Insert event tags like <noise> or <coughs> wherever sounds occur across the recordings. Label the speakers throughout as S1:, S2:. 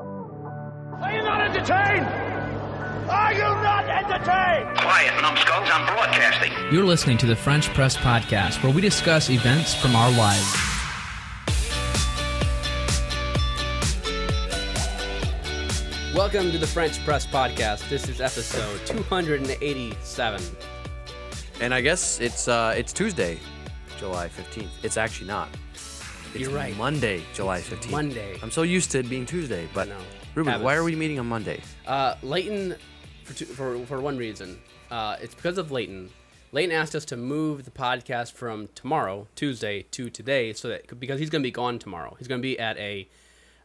S1: Are you not entertained? Are you not entertained?
S2: Quiet, numbskulls, I'm broadcasting.
S3: You're listening to the French Press Podcast, where we discuss events from our lives.
S4: Welcome to the French Press Podcast. This is episode 287.
S5: And I guess it's uh, it's Tuesday, July fifteenth. It's actually not. It's
S4: You're right.
S5: Monday, July fifteenth.
S4: Monday.
S5: I'm so used to it being Tuesday, but
S4: know.
S5: Ruben, why
S4: Habits.
S5: are we meeting on Monday?
S4: Uh, Leighton, for, two, for, for one reason, uh, it's because of Leighton. Leighton asked us to move the podcast from tomorrow, Tuesday, to today, so that because he's going to be gone tomorrow. He's going to be at a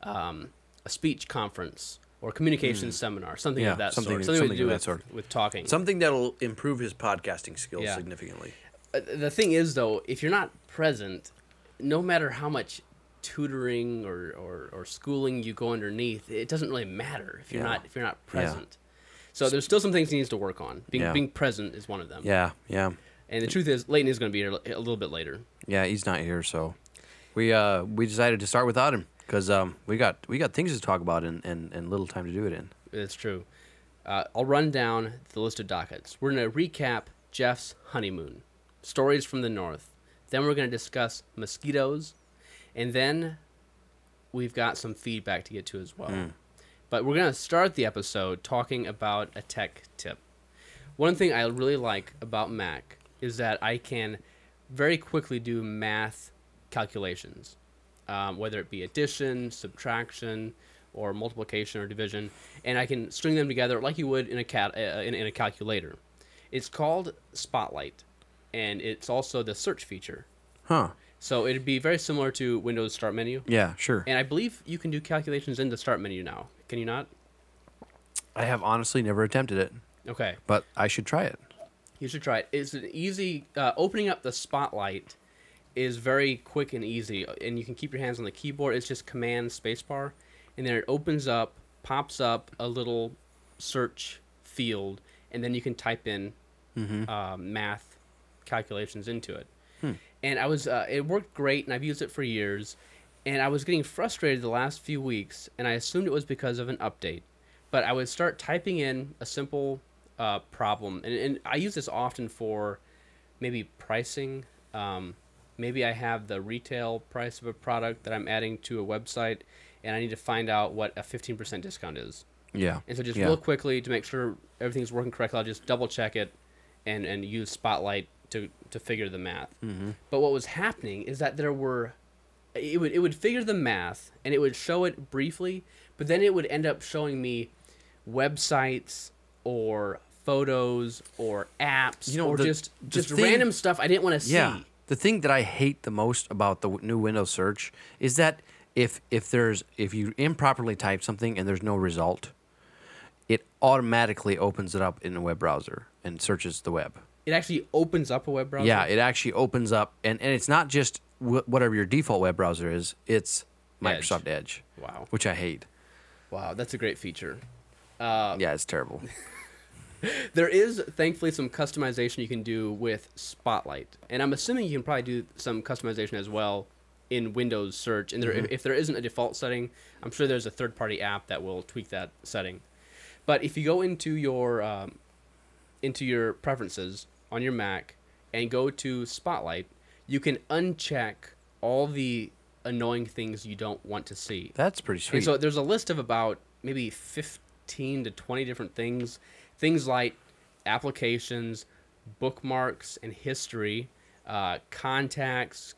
S4: um, a speech conference or communication seminar, something
S5: Hmm. Yeah,
S4: of that
S5: something-
S4: sort. Something,
S5: something
S4: to do
S5: of that
S4: with,
S5: sort.
S4: with talking.
S5: Something that'll improve his podcasting skills
S4: Yeah.
S5: significantly.
S4: Uh, the thing is though if you're not present no matter how much tutoring or, or, or schooling you go underneath it doesn't really matter if you're
S5: Yeah.
S4: not if you're not present so there's still some things he needs to work on being,
S5: Yeah.
S4: being present is one of them
S5: Yeah, yeah,
S4: and the truth is leighton is going to be here a little bit later
S5: yeah. He's not here, so we uh, we decided to start without him because um, we got we got things to talk about and, and, and little time to do it in.
S4: it's true uh, i'll run down the list of dockets we're going to recap jeff's honeymoon stories from the north then we're going to discuss mosquitoes and then we've got some feedback to get to as well. But we're going to start the episode talking about a tech tip. One thing I really like about Mac is that I can very quickly do math calculations, um, whether it be addition, subtraction, or multiplication or division, and I can string them together like you would in a cat uh, in, in a calculator. It's called Spotlight, and it's also the search feature.
S5: Huh?
S4: So it'd be very similar to Windows Start Menu.
S5: Yeah, sure.
S4: And I believe you can do calculations in the start menu now. Can you not?
S5: I have honestly never attempted it,
S4: Okay.
S5: but I should try it.
S4: You should try it. It's an easy uh, opening up the spotlight is very quick and easy, and you can keep your hands on the keyboard. It's just command spacebar, and then it opens up, pops up a little search field, and then you can type in uh, math calculations into it. And I was uh, it worked great, and I've used it for years. And I was getting frustrated the last few weeks, and I assumed it was because of an update. But I would start typing in a simple uh, problem, and, and I use this often for maybe pricing. Um, maybe I have the retail price of a product that I'm adding to a website, and I need to find out what a 15% discount is.
S5: Yeah.
S4: And so just
S5: yeah.
S4: real quickly to make sure everything's working correctly, I'll just double check it and, and use Spotlight to, to figure the math.
S5: Mm-hmm.
S4: But what was happening is that there were it would it would figure the math and it would show it briefly, but then it would end up showing me websites or photos or apps
S5: You know,
S4: or
S5: the-
S4: just
S5: the
S4: just
S5: thing-
S4: random stuff I didn't want to
S5: Yeah.
S4: see.
S5: The thing that I hate the most about the w- new Windows search is that if if there's if you improperly type something and there's no result, it automatically opens it up in a web browser and searches the web.
S4: It actually opens up a web browser.
S5: Yeah, it actually opens up and and it's not just wh- whatever your default web browser is, it's
S4: Edge.
S5: Microsoft Edge.
S4: Wow.
S5: Which I hate.
S4: Wow, that's a great feature. Uh,
S5: yeah, it's terrible.
S4: There is thankfully some customization you can do with Spotlight, and I'm assuming you can probably do some customization as well in Windows Search. And there, if, if there isn't a default setting, I'm sure there's a third-party app that will tweak that setting. But if you go into your um, into your preferences on your Mac and go to Spotlight, you can uncheck all the annoying things you don't want to see.
S5: That's pretty
S4: And
S5: sweet.
S4: so there's a list of about maybe 15 to 20 different things. Things like applications, bookmarks and history, uh, contacts,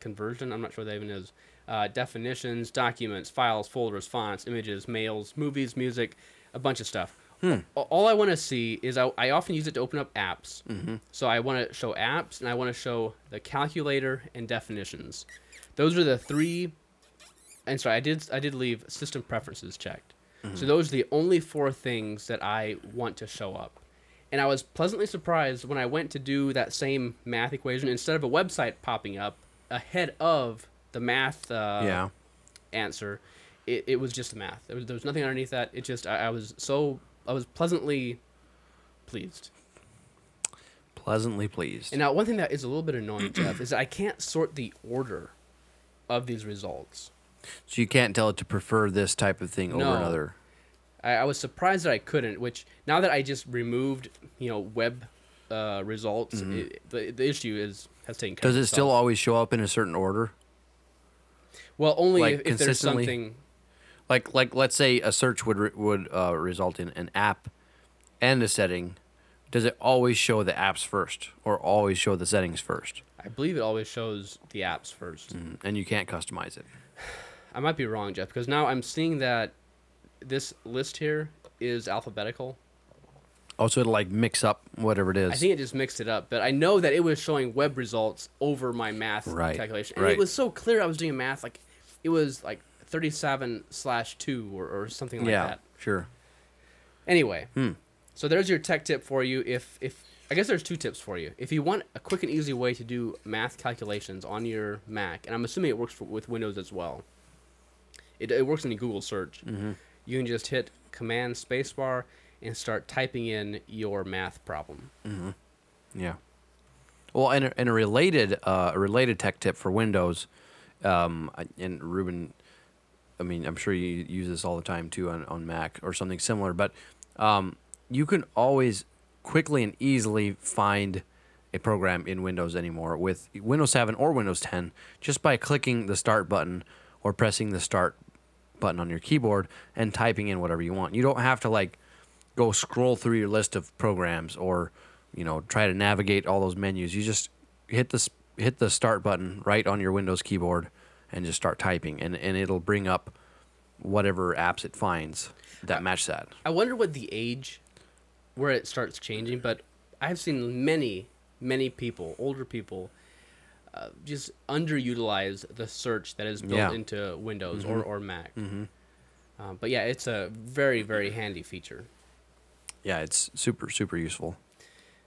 S4: conversion, I'm not sure what that even is, uh, definitions, documents, files, folders, fonts, images, mails, movies, music, a bunch of stuff. A- All I want to see is I, I often use it to open up apps. Mm-hmm. So I want to show apps and I want to show the calculator and definitions. Those are the three and sorry, I did I did leave system preferences checked. So those are the only four things that I want to show up. And I was pleasantly surprised when I went to do that same math equation. Instead of a website popping up ahead of the math uh,
S5: yeah.
S4: answer, it, it was just the math. There was, there was nothing underneath that. It just I, I was so I was pleasantly pleased.
S5: Pleasantly pleased. <clears throat>
S4: And now one thing that is a little bit annoying, Jeff, is that I can't sort the order of these results.
S5: So you can't tell it to prefer this type of thing
S4: No.
S5: over another.
S4: I, I was surprised that I couldn't. Which now that I just removed, you know, web uh, results, it, the, the issue is has taken care.
S5: Mm-hmm. Does
S4: of
S5: it still
S4: itself.
S5: always show up in a certain order?
S4: Well, only
S5: like,
S4: if, if there's
S5: consistently?
S4: something.
S5: Like like let's say a search would re- would uh, result in an app and a setting. Does it always show the apps first or always show the settings first? Mm,
S4: I believe it always shows the apps first.
S5: And you can't customize it.
S4: I might be wrong, Jeff, because now I'm seeing that this list here is alphabetical.
S5: Also, it'll like mix up whatever it is.
S4: I think it just mixed it up, but I know that it was showing web results over my math
S5: Right,
S4: calculation. And
S5: right.
S4: it was so clear I was doing math like it was like 37 slash 2 or, or something like
S5: yeah, Hmm.
S4: that.
S5: sure.
S4: Anyway, so there's your tech tip for you. If if I guess there's two tips for you. If you want a quick and easy way to do math calculations on your Mac, and I'm assuming it works for, with Windows as well. It it works in the Google search.
S5: Mm-hmm.
S4: You can just hit Command Spacebar and start typing in your math problem.
S5: Yeah. Well, and a, and a related uh, a related tech tip for Windows, um, I- and Ruben, I mean, I'm sure you use this all the time too on, on Mac or something similar, but um, you can always quickly and easily find a program in Windows anymore with Windows 7 or Windows 10 just by clicking the start button or pressing the start button on your keyboard and typing in whatever you want. You don't have to like go scroll through your list of programs or you know try to navigate all those menus. You just hit the s- hit the start button right on your Windows keyboard and just start typing and and it'll bring up whatever apps it finds that match that.
S4: I wonder what the age where it starts changing, but I've seen many, many people, older people, uh, just underutilize the search that is built
S5: Yeah.
S4: into Windows or, or Mac. Um, but yeah, it's a very, very handy feature.
S5: Yeah, it's super super useful.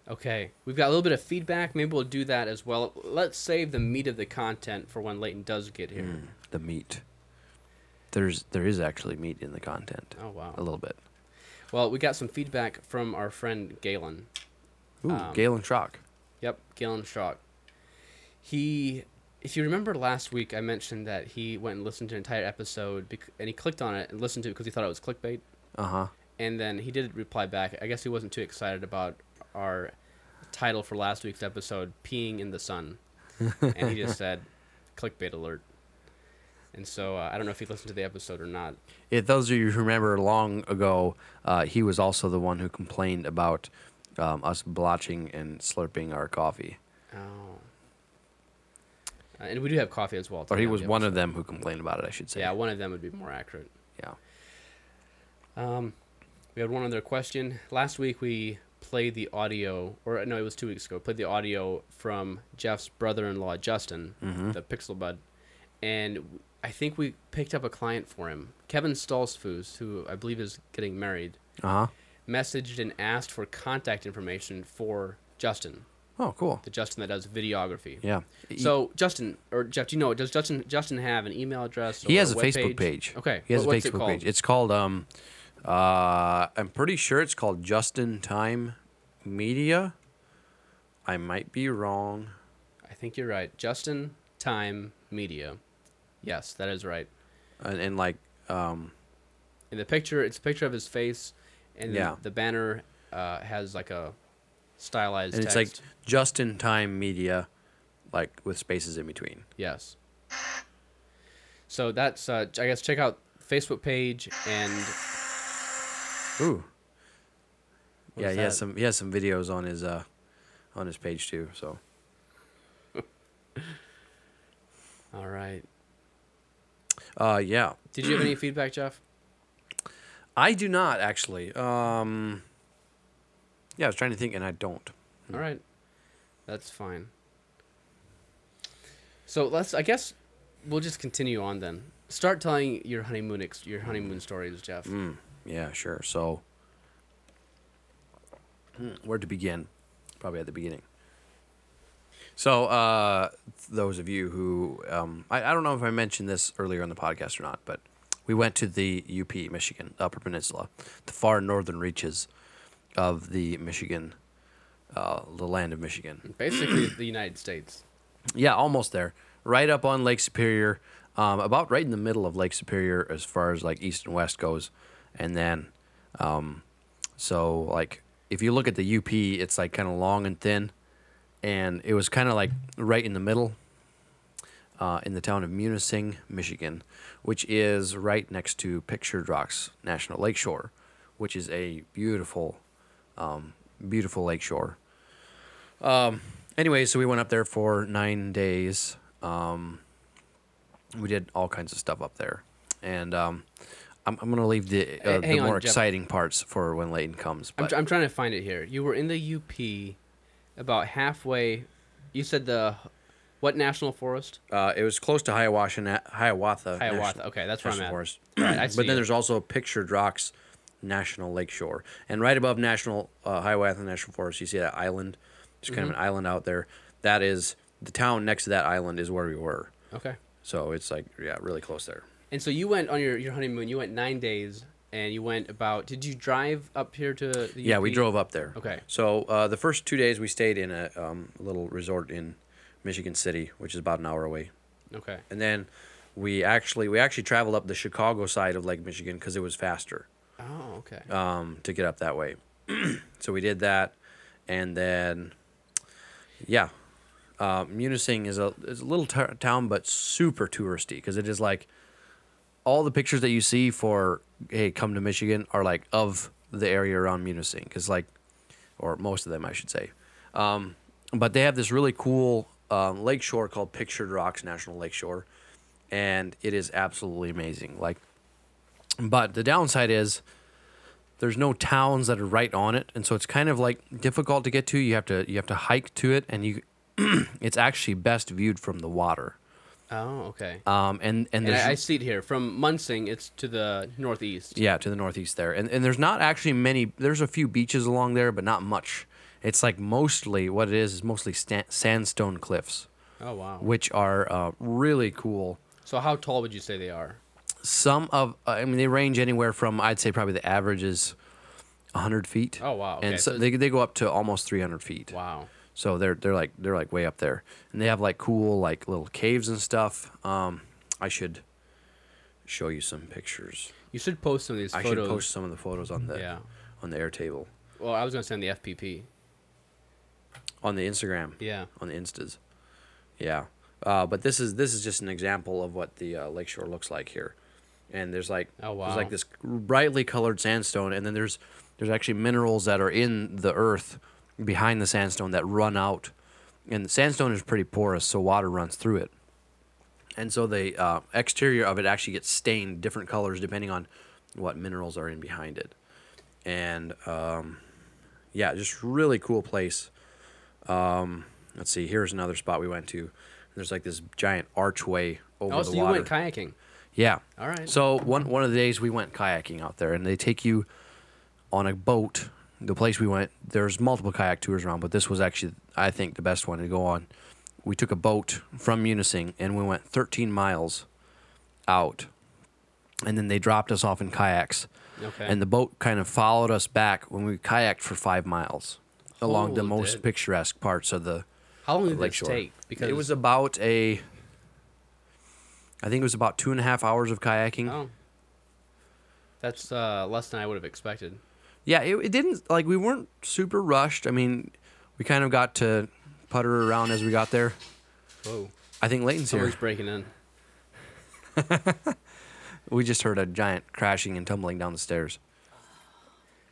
S4: Okay, we've got a little bit of feedback. Maybe we'll do that as well. Let's save the meat of the content for when Leighton does get here.
S5: The meat. There's there is actually meat in the content.
S4: Oh, wow.
S5: A little bit.
S4: Well, we got some feedback from our friend Galen.
S5: Ooh,
S4: Um,
S5: Galen Shock.
S4: Yep, Galen Shock. He, if you remember last week, I mentioned that he went and listened to an entire episode, bec- and he clicked on it and listened to it because he thought it was clickbait.
S5: Uh huh.
S4: And then he did reply back. I guess he wasn't too excited about our title for last week's episode, "Peeing in the Sun," and he
S5: <laughs>
S4: just said, "Clickbait alert." And so uh, I don't know if he listened to the episode or not.
S5: If those of you who remember long ago, uh, he was also the one who complained about um, us blotching and slurping our coffee.
S4: Oh. Uh, and we do have coffee as well.
S5: Or he was
S4: Yeah,
S5: one of them who complained about it, I should say.
S4: Yeah, one of them would be more accurate.
S5: Yeah.
S4: We had one other question. Last week we played the audio, or no, it was two weeks ago. Played the audio from Jeff's brother-in-law Justin,
S5: Mm-hmm.
S4: the Pixel Bud, and I think we picked up a client for him, Kevin Stolzfus, who I believe is getting married.
S5: Uh huh.
S4: Messaged and asked for contact information for Justin,
S5: Oh, cool.
S4: the Justin that does videography.
S5: Yeah.
S4: So Justin or Jeff, do you know? Does Justin Justin have an email address?
S5: He
S4: or
S5: has a
S4: web
S5: Facebook page.
S4: Okay.
S5: He has
S4: what-
S5: a
S4: what's it
S5: Facebook
S4: called?
S5: page. It's called um uh I'm pretty sure it's called Justin Time Media. I might be wrong.
S4: I think you're right. Justin Time Media. Yes, that is right.
S5: And, and like um
S4: In the picture, it's a picture of his face, and
S5: Yeah.
S4: the banner uh, has like a stylized
S5: and
S4: text.
S5: it's like Justin Time Media like with spaces in between.
S4: yes. So that's uh, I guess check out Facebook page and
S5: Ooh.
S4: was
S5: yeah, he has
S4: that?
S5: some he has some videos on his uh on his page too, so
S4: all right.
S5: uh yeah.
S4: Did you have
S5: <clears throat>
S4: any feedback, Jeff?
S5: I do not actually. Um Yeah, I was trying to think and I don't.
S4: All right, that's fine. So let's I guess we'll just continue on then. Start telling your honeymoon ex- your honeymoon stories, Jeff.
S5: Yeah, sure. So, hmm, where to begin? Probably at the beginning. So, uh, those of you who, um, I, I don't know if I mentioned this earlier on the podcast or not, but we went to the UP, Michigan, Upper Peninsula, the far northern reaches of the Michigan, uh, the land of Michigan.
S4: Basically, the United States.
S5: <clears throat> Yeah, almost there. right up on Lake Superior, um, about right in the middle of Lake Superior as far as like east and west goes, and then, um, so like if you look at the UP, it's like kind of long and thin, and it was kind of like right in the middle. Uh, in the town of Munising, Michigan, which is right next to Pictured Rocks National Lakeshore, which is a beautiful, um, beautiful lakeshore anyway, so we went up there for nine days. Um, we did all kinds of stuff up there, and um, I'm, I'm gonna leave the uh,
S4: Hey,
S5: the
S4: hang on,
S5: more
S4: Jeff.
S5: exciting parts for when Leighton comes.
S4: I'm,
S5: But
S4: tr- I'm trying to find it here. You were in the UP, about halfway. You said the what national forest?
S5: uh, it was close to Hiawatha. Na- Hiawatha.
S4: Hiawatha.
S5: National-
S4: Okay, that's where I'm
S5: National
S4: at.
S5: Forest.
S4: Right, <clears throat> I see
S5: but
S4: it.
S5: then there's also Pictured Rocks National Lakeshore, and right above National uh, Hiawatha National Forest, you see that island. There's kind
S4: Mm-hmm.
S5: of an island out there. That is the town next to that island is where we were.
S4: Okay.
S5: So it's like yeah, really close there.
S4: And so you went on your, your honeymoon. You went nine days, and you went about. Did you drive up here to the?
S5: Yeah, we
S4: UP?
S5: drove up there.
S4: Okay.
S5: So uh, the first two days we stayed in a um, little resort in Michigan City, which is about an hour away,
S4: Okay.
S5: and then we actually we actually traveled up the Chicago side of Lake Michigan because it was faster
S4: Oh, okay.
S5: um, to get up that way. <clears throat> so we did that, and then yeah, uh, Munising is a is a little t- town, but super touristy because it is like all the pictures that you see for hey come to Michigan are like of the area around Munising because like or most of them I should say, um, but they have this really cool um, lakeshore called Pictured Rocks National Lakeshore, and it is absolutely amazing. Like, but the downside is there's no towns that are right on it and so it's kind of like difficult to get to you have to you have to hike to it and you <clears throat> it's actually best viewed from the water
S4: oh, okay.
S5: um and and
S4: and
S5: there's
S4: I, I see it here from Munsing. It's to the northeast.
S5: yeah to the northeast there and and there's not actually many there's a few beaches along there but not much it's like mostly what it is is mostly sta- sandstone cliffs
S4: Oh wow.
S5: which are uh, really cool
S4: So how tall would you say they are?
S5: some of i mean they range anywhere from i'd say probably the average is 100 feet
S4: Oh, wow. Okay,
S5: and so
S4: so-
S5: they, they go up to almost 300 feet
S4: Wow.
S5: So they're they're like they're like way up there, and they have like cool like little caves and stuff. Um, I should show you some pictures.
S4: You should post some of these
S5: I
S4: photos.
S5: should post some of the photos on the
S4: Yeah.
S5: on the Airtable
S4: Well, I was gonna send the FPP.
S5: on the Instagram.
S4: Yeah.
S5: on the Instas. Yeah, uh, but this is this is just an example of what the uh, lakeshore looks like here, and there's like
S4: Oh,
S5: there's
S4: wow.
S5: like this brightly colored sandstone, and then there's there's actually minerals that are in the earth behind the sandstone that run out, and the sandstone is pretty porous, so water runs through it, and so the uh, exterior of it actually gets stained different colors depending on what minerals are in behind it, and um, yeah, just really cool place Um, let's see here's another spot we went to there's like this giant archway over
S4: Oh,
S5: the
S4: so you
S5: water
S4: went kayaking.
S5: yeah
S4: All right.
S5: so one one of the days we went kayaking out there and they take you on a boat the place we went there's multiple kayak tours around but this was actually i think the best one to go on we took a boat from munising and we went 13 miles out and then they dropped us off in kayaks
S4: Okay.
S5: and the boat kind of followed us back when we kayaked for five miles along the
S4: Holy
S5: most
S4: did.
S5: picturesque parts of the
S4: How long did this
S5: lakeshore.
S4: take? Because
S5: Uh, it was about a, I think it was about two and a half hours of kayaking.
S4: Oh. That's uh, less than I would have expected.
S5: Yeah, it, it didn't like we weren't super rushed. I mean, we kind of got to putter around as we got there.
S4: Whoa.
S5: I think Leighton's here.
S4: Someone's breaking in.
S5: We just heard a giant crashing and tumbling down the stairs.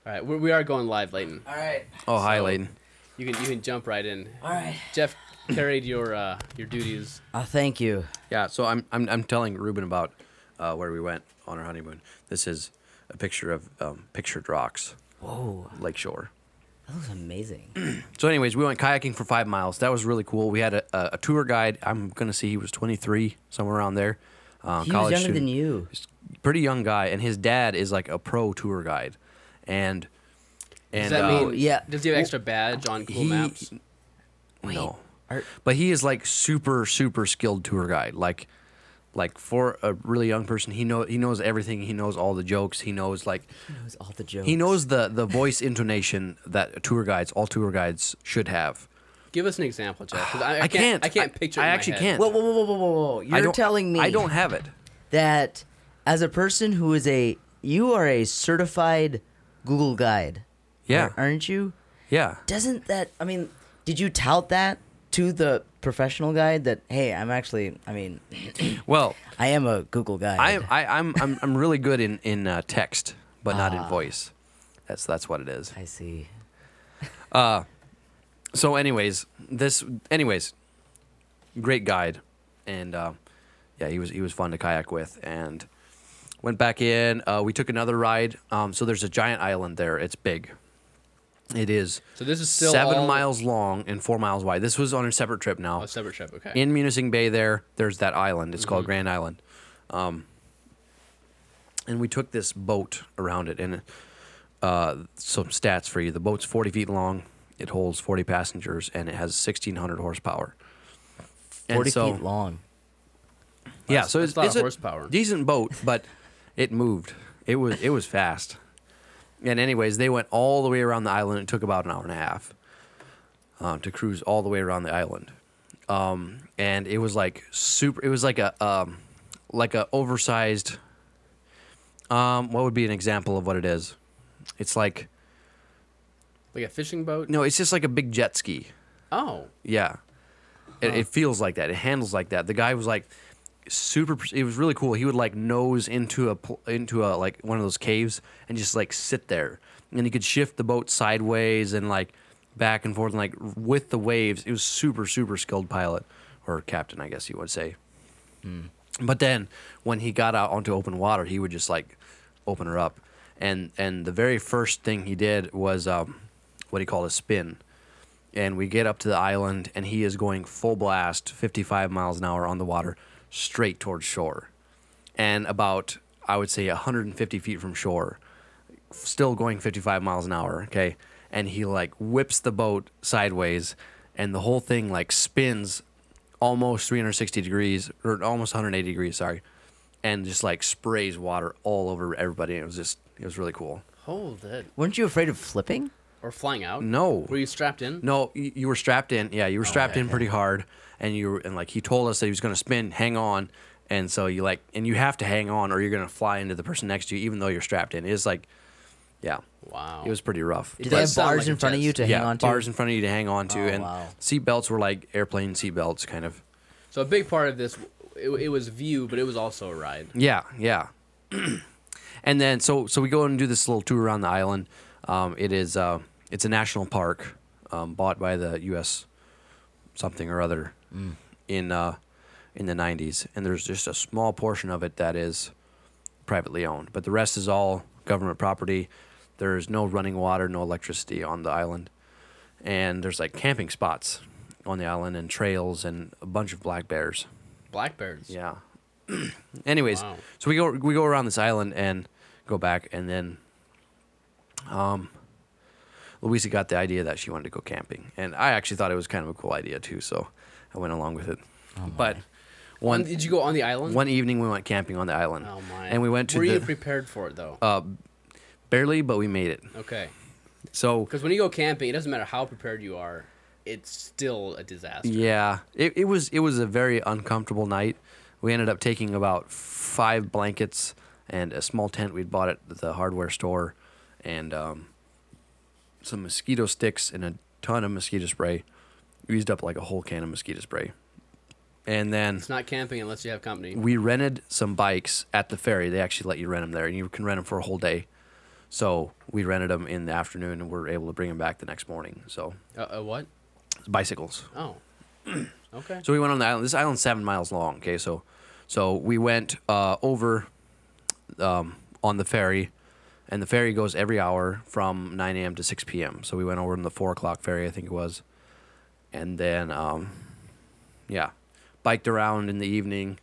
S4: All right, we, we are going live, Leighton.
S6: All right.
S5: Oh, hi,
S4: So-
S5: Leighton.
S4: You can you can jump right in.
S6: All right.
S4: Jeff carried your uh, your duties.
S6: Oh, thank you.
S5: Yeah, so I'm I'm, I'm telling Ruben about uh, where we went on our honeymoon. This is a picture of um, pictured rocks,
S6: Whoa,
S5: lakeshore.
S6: that was amazing.
S5: So, anyways, we went kayaking for five miles. That was really cool. We had a, a, a tour guide. I'm gonna say he was 23, somewhere around there. Uh,
S6: He was
S5: college
S6: younger
S5: student.
S6: than you.
S5: Pretty young guy, and his dad is like a pro tour guide, and and
S4: Does that
S5: uh,
S4: mean
S6: yeah.
S4: Does he have an extra badge on Cool
S5: he-
S4: Maps?
S5: no,
S6: Are-
S5: but he is like super super skilled tour guide. Like like for a really young person, he know he knows everything. He knows all the jokes. He knows like
S6: That was all the jokes.
S5: he knows the the voice intonation that tour guides all tour guides should have
S4: Give us an example, Jeff. 'cause I,
S5: I can't.
S4: I can't
S5: I-
S4: picture. it
S5: I
S4: in my
S5: actually
S4: head.
S5: can't.
S6: Whoa, whoa, whoa, whoa, whoa, whoa!
S5: I
S6: You're
S5: don't-
S6: telling me
S5: I don't have it.
S6: that as a person who is a you are a certified Google guide,
S5: Yeah.
S6: aren't you?
S5: Yeah.
S6: Doesn't that? I mean, did you tout that to the professional guide that hey, I'm actually, I mean, <clears throat>
S5: Well,
S6: I am a Google guide.
S5: I, I, I'm, I'm, I'm really good in, in uh, text, but not in voice. That's, that's what it is.
S6: I see.
S5: So, anyways, this, anyways, great guide, and uh, yeah, he was he was fun to kayak with, and went back in. Uh, we took another ride. Um, so there's a giant island there. It's big. It is
S4: So this is still
S5: seven
S4: all-
S5: miles long and four miles wide. This was on a separate trip now.
S4: Oh, separate trip. Okay.
S5: in Munising Bay there, there's that island. It's
S6: Mm-hmm.
S5: called Grand Island. Um, and we took this boat around it. And uh, some stats for you the boat's 40 feet long, it holds 40 passengers, and it has 1,600 horsepower. And
S6: Forty
S5: so-
S6: feet long.
S5: Yeah, so
S4: that's
S5: it's,
S4: a lot
S5: it's
S4: of
S5: a
S4: horsepower.
S5: decent boat, but it moved. It was it was fast. And anyways, they went all the way around the island. It took about an hour and a half um, to cruise all the way around the island. Um, and it was like super. It was like a um, like a oversized. Um, what would be an example of what it is? It's like
S4: like a fishing boat.
S5: no, it's just like a big jet ski.
S4: Oh,
S5: Yeah. It, it feels like that. It handles like that. The guy was like super. It was really cool. He would like nose into a pl- into a like one of those caves and just like sit there, and he could shift the boat sideways and like back and forth and like with the waves. It was super super skilled pilot or captain, I guess you would say. But then when he got out onto open water, he would just like open her up. And and the very first thing he did was um, what he called a spin. And we get up to the island, and he is going full blast, 55 miles an hour on the water, straight towards shore. And about, I would say, 150 feet from shore, still going 55 miles an hour. Okay. And he like whips the boat sideways, and the whole thing like spins almost 360 degrees or almost 180 degrees, sorry, and just like sprays water all over everybody. It was just, it was really cool.
S4: hold it.
S6: Weren't you afraid of flipping?
S4: Or flying out?
S5: No.
S4: Were you strapped in?
S5: No, you, you were strapped in. Yeah, you
S6: Oh,
S5: were strapped in pretty hard, and you were, and like he told us that he was going to spin, hang on, and so you like, and you have to hang on, or you're going to fly into the person next to you, even though you're strapped in. It's like, yeah,
S4: Wow.
S5: it was pretty rough.
S6: Did
S4: does
S6: they have
S4: sound
S6: bars
S4: like a
S6: in front of
S4: jet
S6: you to
S5: yeah,
S6: hang on to?
S5: bars in front of you to hang on to,
S6: Oh,
S5: and
S6: wow.
S5: seat belts were like airplane seat belts, kind of.
S4: So a big part of this, it, it was view, but it was also a ride.
S5: Yeah, yeah. <clears throat> and then so so we go and do this little tour around the island. Um, it is uh, it's a national park um, bought by the U.S. something or other in uh, in the '90s, and there's just a small portion of it that is privately owned, but the rest is all government property. There's no running water, no electricity on the island, and there's like camping spots on the island and trails and a bunch of black bears.
S4: Blackbirds.
S5: Yeah. <clears throat> Anyways,
S4: Wow.
S5: so we go we go around this island and go back, and then, um, Louisa got the idea that she wanted to go camping, and I actually thought it was kind of a cool idea too, so I went along with it.
S4: Oh,
S5: but
S4: And
S5: one
S4: did you go on the island?
S5: one evening we went camping on the island,
S4: Oh my.
S5: and we went to
S4: Were
S5: the
S4: you
S5: Uh,
S4: prepared for it though?
S5: barely, but we made it.
S4: okay.
S5: So
S4: Because when you go camping, it doesn't matter how prepared you are, it's still a disaster.
S5: Yeah, it, it was it was a very uncomfortable night. We ended up taking about five blankets and a small tent we'd bought at the hardware store, and um, some mosquito sticks and a ton of mosquito spray. We used up like a whole can of mosquito spray, and then
S4: It's not camping unless you have company.
S5: we rented some bikes at the ferry. They actually let you rent them there, and you can rent them for a whole day. So we rented them in the afternoon, and we were able to bring them back the next morning. So
S4: Uh, uh, what?
S5: bicycles.
S4: Oh. <clears throat> okay.
S5: So we went on the island. This island's seven miles long. Okay, so so we went uh, over um, on the ferry, and the ferry goes every hour from 9 a.m. to 6 p.m. So we went over on the four o'clock ferry, I think it was, and then um, yeah, biked around in the evening.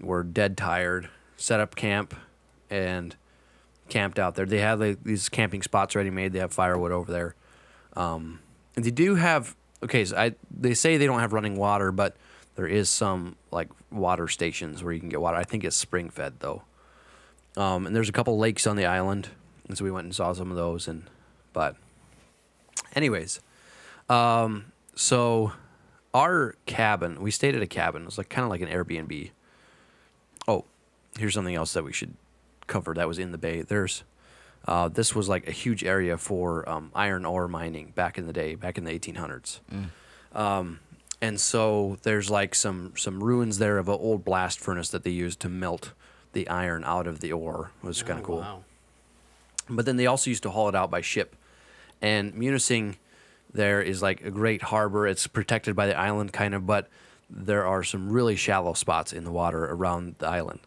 S5: We're dead tired. Set up camp and camped out there. They have like, these camping spots already made. They have firewood over there. And they do have okay. So I they say they don't have running water, but there is some like water stations where you can get water. I think it's spring fed though. Um, and there's a couple lakes on the island, and so we went and saw some of those. And but, anyways, um, So, our cabin, we stayed at a cabin. It was like kind of like an Airbnb. Oh, here's something else that we should cover that was in the bay. There's uh, this was like a huge area for um, iron ore mining back in the day, back in the 1800s. Um, and so there's like some some ruins there of an old blast furnace that they used to melt the iron out of the ore. It was kind of cool.
S4: Oh, Wow.
S5: But then they also used to haul it out by ship. And Munising there is like a great harbor. It's protected by the island kind of, but there are some really shallow spots in the water around the island.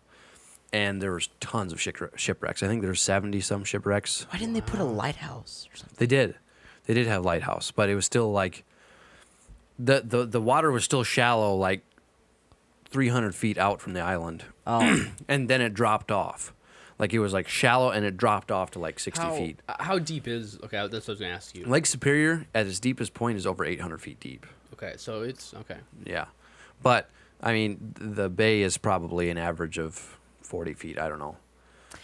S5: And there was tons of shipwre- shipwrecks. I think there's 70 some shipwrecks.
S6: Why didn't they put a lighthouse or something?
S5: They did. They did have lighthouse, but it was still like the the, the water was still shallow like 300 feet out from the island. Oh. <clears throat> and then it dropped off. Like it was like shallow and it dropped off to like 60
S4: How,
S5: feet.
S4: uh, how deep is okay? That's what I was gonna ask you.
S5: Lake Superior at its deepest point is over 800 feet deep.
S4: Okay, so it's okay.
S5: Yeah. But I mean, th- the bay is probably an average of 40 feet. I don't know.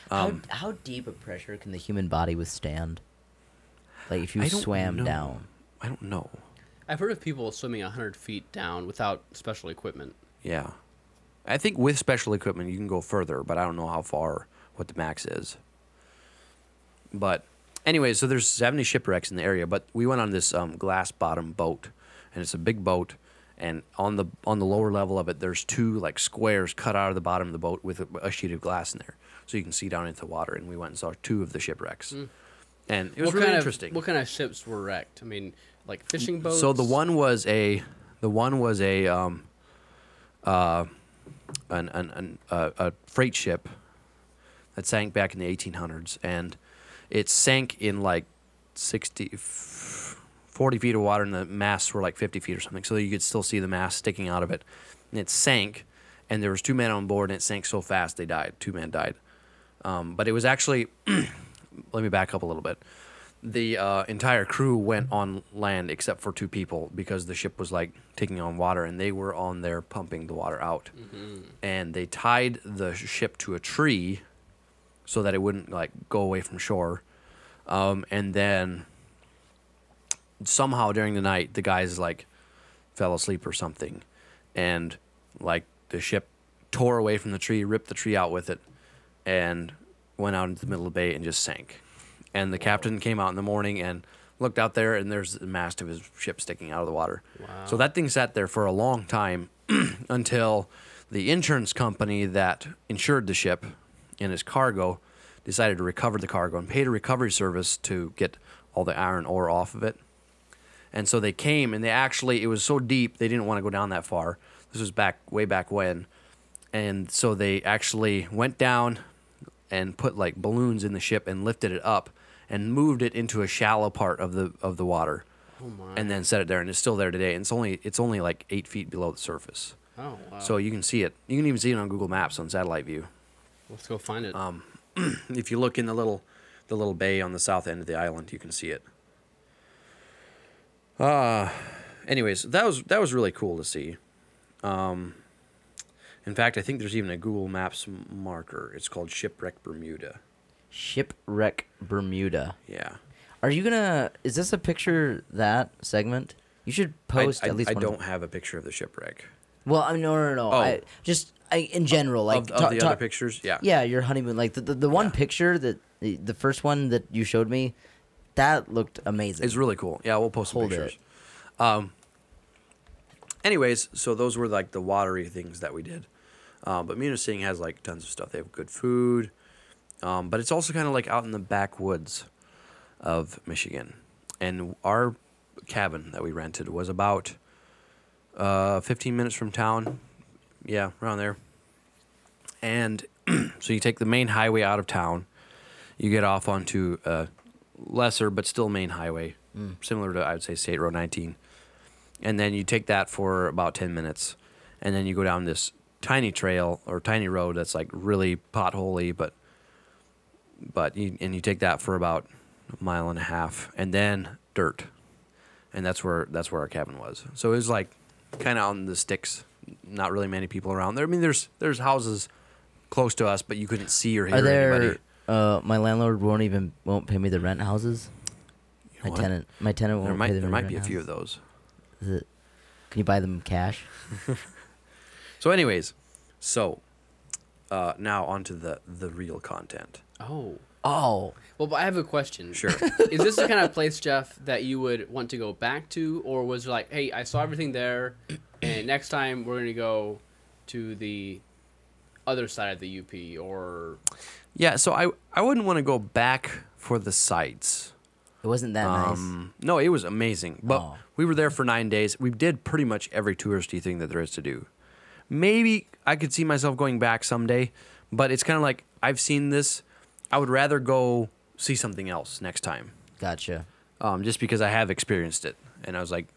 S5: Um,
S6: how, how deep a pressure can the human body withstand? Like if you
S5: I don't
S6: swam
S5: know.
S6: down.
S5: I don't know.
S4: I've heard of people swimming 100 feet down without special equipment.
S5: Yeah. I think with special equipment, you can go further, but I don't know how far, what the max is. But anyway, so there's 70 shipwrecks in the area, but we went on this um, glass bottom boat, and it's a big boat. And on the on the lower level of it, there's two like squares cut out of the bottom of the boat with a, a sheet of glass in there, so you can see down into the water. And we went and saw two of the shipwrecks, and it was really
S4: kind
S5: interesting.
S4: Of, Mm. what kind of ships were wrecked? I mean, like fishing boats.
S5: So the one was a, the one was a, um, uh, an, an, an uh, a freight ship that sank back in the 1800s, and it sank in like 60, f- 40 feet of water, and the masts were like 50 feet or something, so you could still see the mast sticking out of it, and it sank, and there was two men on board, and it sank so fast they died. Two men died, um, but it was actually <clears throat> let me back up a little bit. The uh, entire crew went on land except for two people because the ship was like taking on water and they were on there pumping the water out. And they tied the ship to a tree so that it wouldn't like go away from shore. Um, and then somehow during the night, the guys like fell asleep or something. And like the ship tore away from the tree, ripped the tree out with it, and went out into the middle of the bay and just sank. And the captain came out in the morning and looked out there, and there's the mast of his ship sticking out of the water. So that thing sat there for a long time <clears throat> until the insurance company that insured the ship and its cargo decided to recover the cargo and paid a recovery service to get all the iron ore off of it. And so they came and they actually, it was so deep, they didn't want to go down that far. This was back, way back when. And so they actually went down and put like balloons in the ship and lifted it up and moved it into a shallow part of the, of the water.
S4: Oh
S5: And then set it there, and it's still there today. And it's only it's only like eight feet below the surface,
S4: Oh, wow.
S5: so you can see it. You can even see it on Google Maps on satellite view.
S4: let's go find it.
S5: Um, If you look in the little the little bay on the south end of the island, you can see it. Ah, anyways, that was that was really cool to see. Um, in fact, I think there's even a Google Maps m- marker. It's called Shipwreck Bermuda.
S6: Shipwreck Bermuda.
S5: Yeah.
S6: Are you gonna? Is this a picture that segment? You should
S5: I-
S6: post
S5: I,
S6: at least
S5: I
S6: one.
S5: don't have a picture of the shipwreck.
S6: Well, I no, no, no.
S5: Oh.
S6: I just I in general like
S5: Of, of
S6: ta-
S5: the
S6: ta-
S5: other pictures, yeah.
S6: Yeah, your honeymoon. Like the the, the one picture that the, the first one that you showed me, that looked amazing.
S5: It's really cool. Yeah, we'll post some
S6: Hold it.
S5: pictures. Um, anyways, so those were like the watery things that we did. Um, but Munising has like tons of stuff. They have good food, um, but it's also kind of like out in the backwoods of Michigan. And our cabin that we rented was about uh, 15 minutes from town. Yeah, around there. And <clears throat> so you take the main highway out of town, you get off onto a lesser but still main highway,
S6: Mm.
S5: similar to I would say State Road 19, and then you take that for about 10 minutes, and then you go down this tiny trail or tiny road that's like really potholy, but but you, and you take that for about a mile and a half, and then dirt, and that's where that's where our cabin was. So it was like kind of on the sticks, not really many people around there. I mean, there's there's houses close to us, but you couldn't see or hear
S6: Are there?
S5: anybody.
S6: Uh, my landlord won't even won't pay me the rent houses.
S5: You know
S6: My
S5: what?
S6: tenant, my tenant won't
S5: There
S6: pay
S5: might
S6: the
S5: there
S6: rent
S5: might be a
S6: house.
S5: few of those.
S6: Can you buy them cash?
S5: So, anyways, so uh, now onto the the real content.
S4: Oh.
S6: Oh,
S4: Well, but I have a question.
S6: <laughs>
S5: Sure.
S4: Is this the kind of place, Jeff, that you would want to go back to, or was it like, hey, I saw everything there, and next time we're gonna go to the other side of the UP, or
S5: Yeah, so I I wouldn't want to go back for the sites.
S6: it wasn't that nice.
S5: Um, no, it was amazing. But
S6: Oh.
S5: we were there for nine days. We did pretty much every touristy thing that there is to do. Maybe I could see myself going back someday, but it's kind of like I've seen this. I would rather go see something else next time,
S6: Gotcha.
S5: um, just because I have experienced it. And I was like,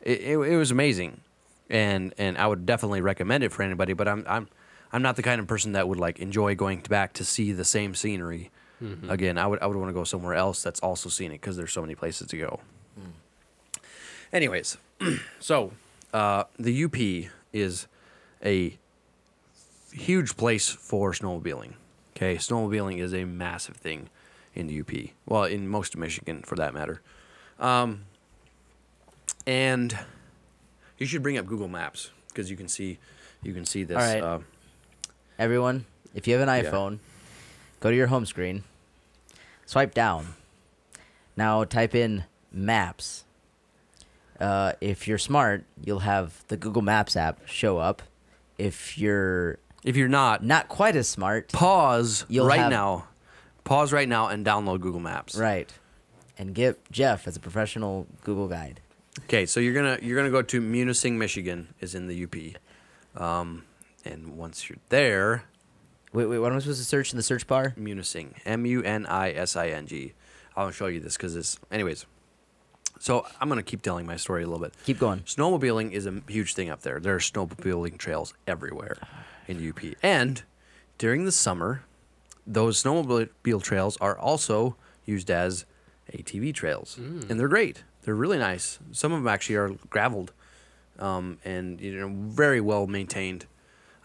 S5: it, it, it was amazing, and and I would definitely recommend it for anybody. But I'm I'm I'm not the kind of person that would like enjoy going back to see the same scenery. Again, I would I would want to go somewhere else that's also scenic because there's so many places to go. Anyways, <clears throat> so uh, the UP is a huge place for snowmobiling. Okay, snowmobiling is a massive thing in the UP. Well, in most of Michigan, for that matter. Um, and you should bring up Google Maps because you can see you can see this.
S6: All right.
S5: Uh,
S6: Everyone, if you have an iPhone, go to your home screen, swipe down. Now type in maps. Uh, if you're smart, you'll have the Google Maps app show up. If you're
S5: if you're not,
S6: not quite as smart,
S5: pause
S6: You'll
S5: right
S6: have-
S5: now. Pause right now and download Google Maps.
S6: right, and get Jeff as a professional Google guide.
S5: Okay, so you're gonna you're gonna go to Munising, Michigan, is in the UP, um, and once you're there,
S6: Wait, wait, what am I supposed to search in the search bar?
S5: Munising, M U N I S I N G. I'll show you this because it's anyways. So I'm gonna keep telling my story a little bit.
S6: Keep going.
S5: Snowmobiling is a huge thing up there. There are snowmobiling trails everywhere in UP, and during the summer, those snowmobile trails are also used as ATV trails,
S6: Mm.
S5: and they're great. They're really nice. Some of them actually are graveled, um, and you know very well maintained,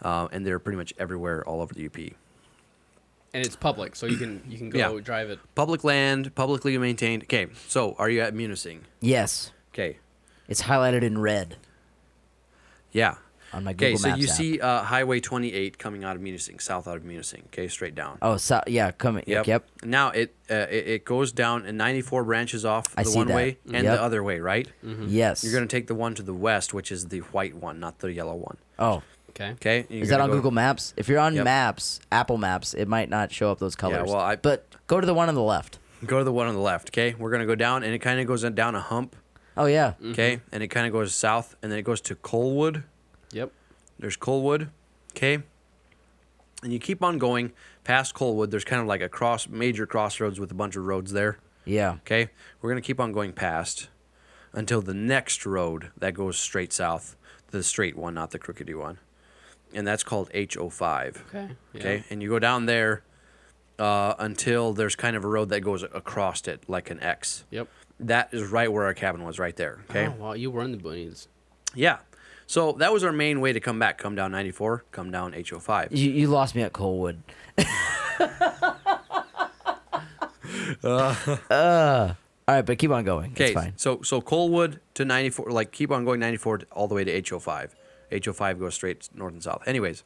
S5: uh, and they're pretty much everywhere all over the UP.
S4: and it's public, so you can you can go
S5: Yeah.
S4: drive it.
S5: Public land, publicly maintained. Okay, so are you at Munising?
S6: Yes,
S5: Okay,
S6: it's highlighted in red.
S5: yeah.
S6: On my
S5: Okay,
S6: Google
S5: so
S6: Maps
S5: you
S6: app.
S5: see uh, Highway 28 coming out of Munising, south out of Munising. Okay, straight down.
S6: Oh, so, yeah, coming. Yep. yep.
S5: Now it, uh, it it goes down and 94 branches off
S6: I
S5: the
S6: see
S5: one
S6: that.
S5: way and
S6: Yep. Mm-hmm.
S5: the other way, right?
S6: Yes.
S5: Mm-hmm. You're gonna take the one to the west, which is the white one, not the yellow one.
S6: Oh,
S4: Okay.
S5: Okay. You're
S6: Is that
S5: gonna
S6: on
S5: go-
S6: Google Maps? If you're on
S5: Yep.
S6: Maps, Apple Maps, it might not show up those colors.
S5: well, I-
S6: but go to the one on the left.
S5: Go to the one on the left. Okay, we're gonna go down, and it kind of goes down a hump.
S6: Oh yeah,
S5: Okay, and it kind of goes south, and then it goes to Colwood.
S4: Yep.
S5: There's Colwood, okay? And you keep on going past Colwood. There's kind of like a cross major crossroads with a bunch of roads there.
S6: yeah.
S5: Okay? We're going to keep on going past until the next road that goes straight south, the straight one, not the crookedy one. And that's called HO5.
S4: Okay, yeah.
S5: Okay? And you go down there uh, until there's kind of a road that goes across it like an X.
S4: Yep.
S5: That is right where our cabin was right there, okay?
S4: Oh, wow, you were in the boonies.
S5: Yeah. So that was our main way to come back. Come down 94, come down HO5.
S6: You, you lost me at Colwood. <laughs>
S5: Uh.
S6: Uh, All right, but keep on going. It's
S5: Okay.
S6: fine.
S5: So so Colwood to 94, like keep on going 94 to- all the way to HO5. HO5 goes straight north and south. Anyways,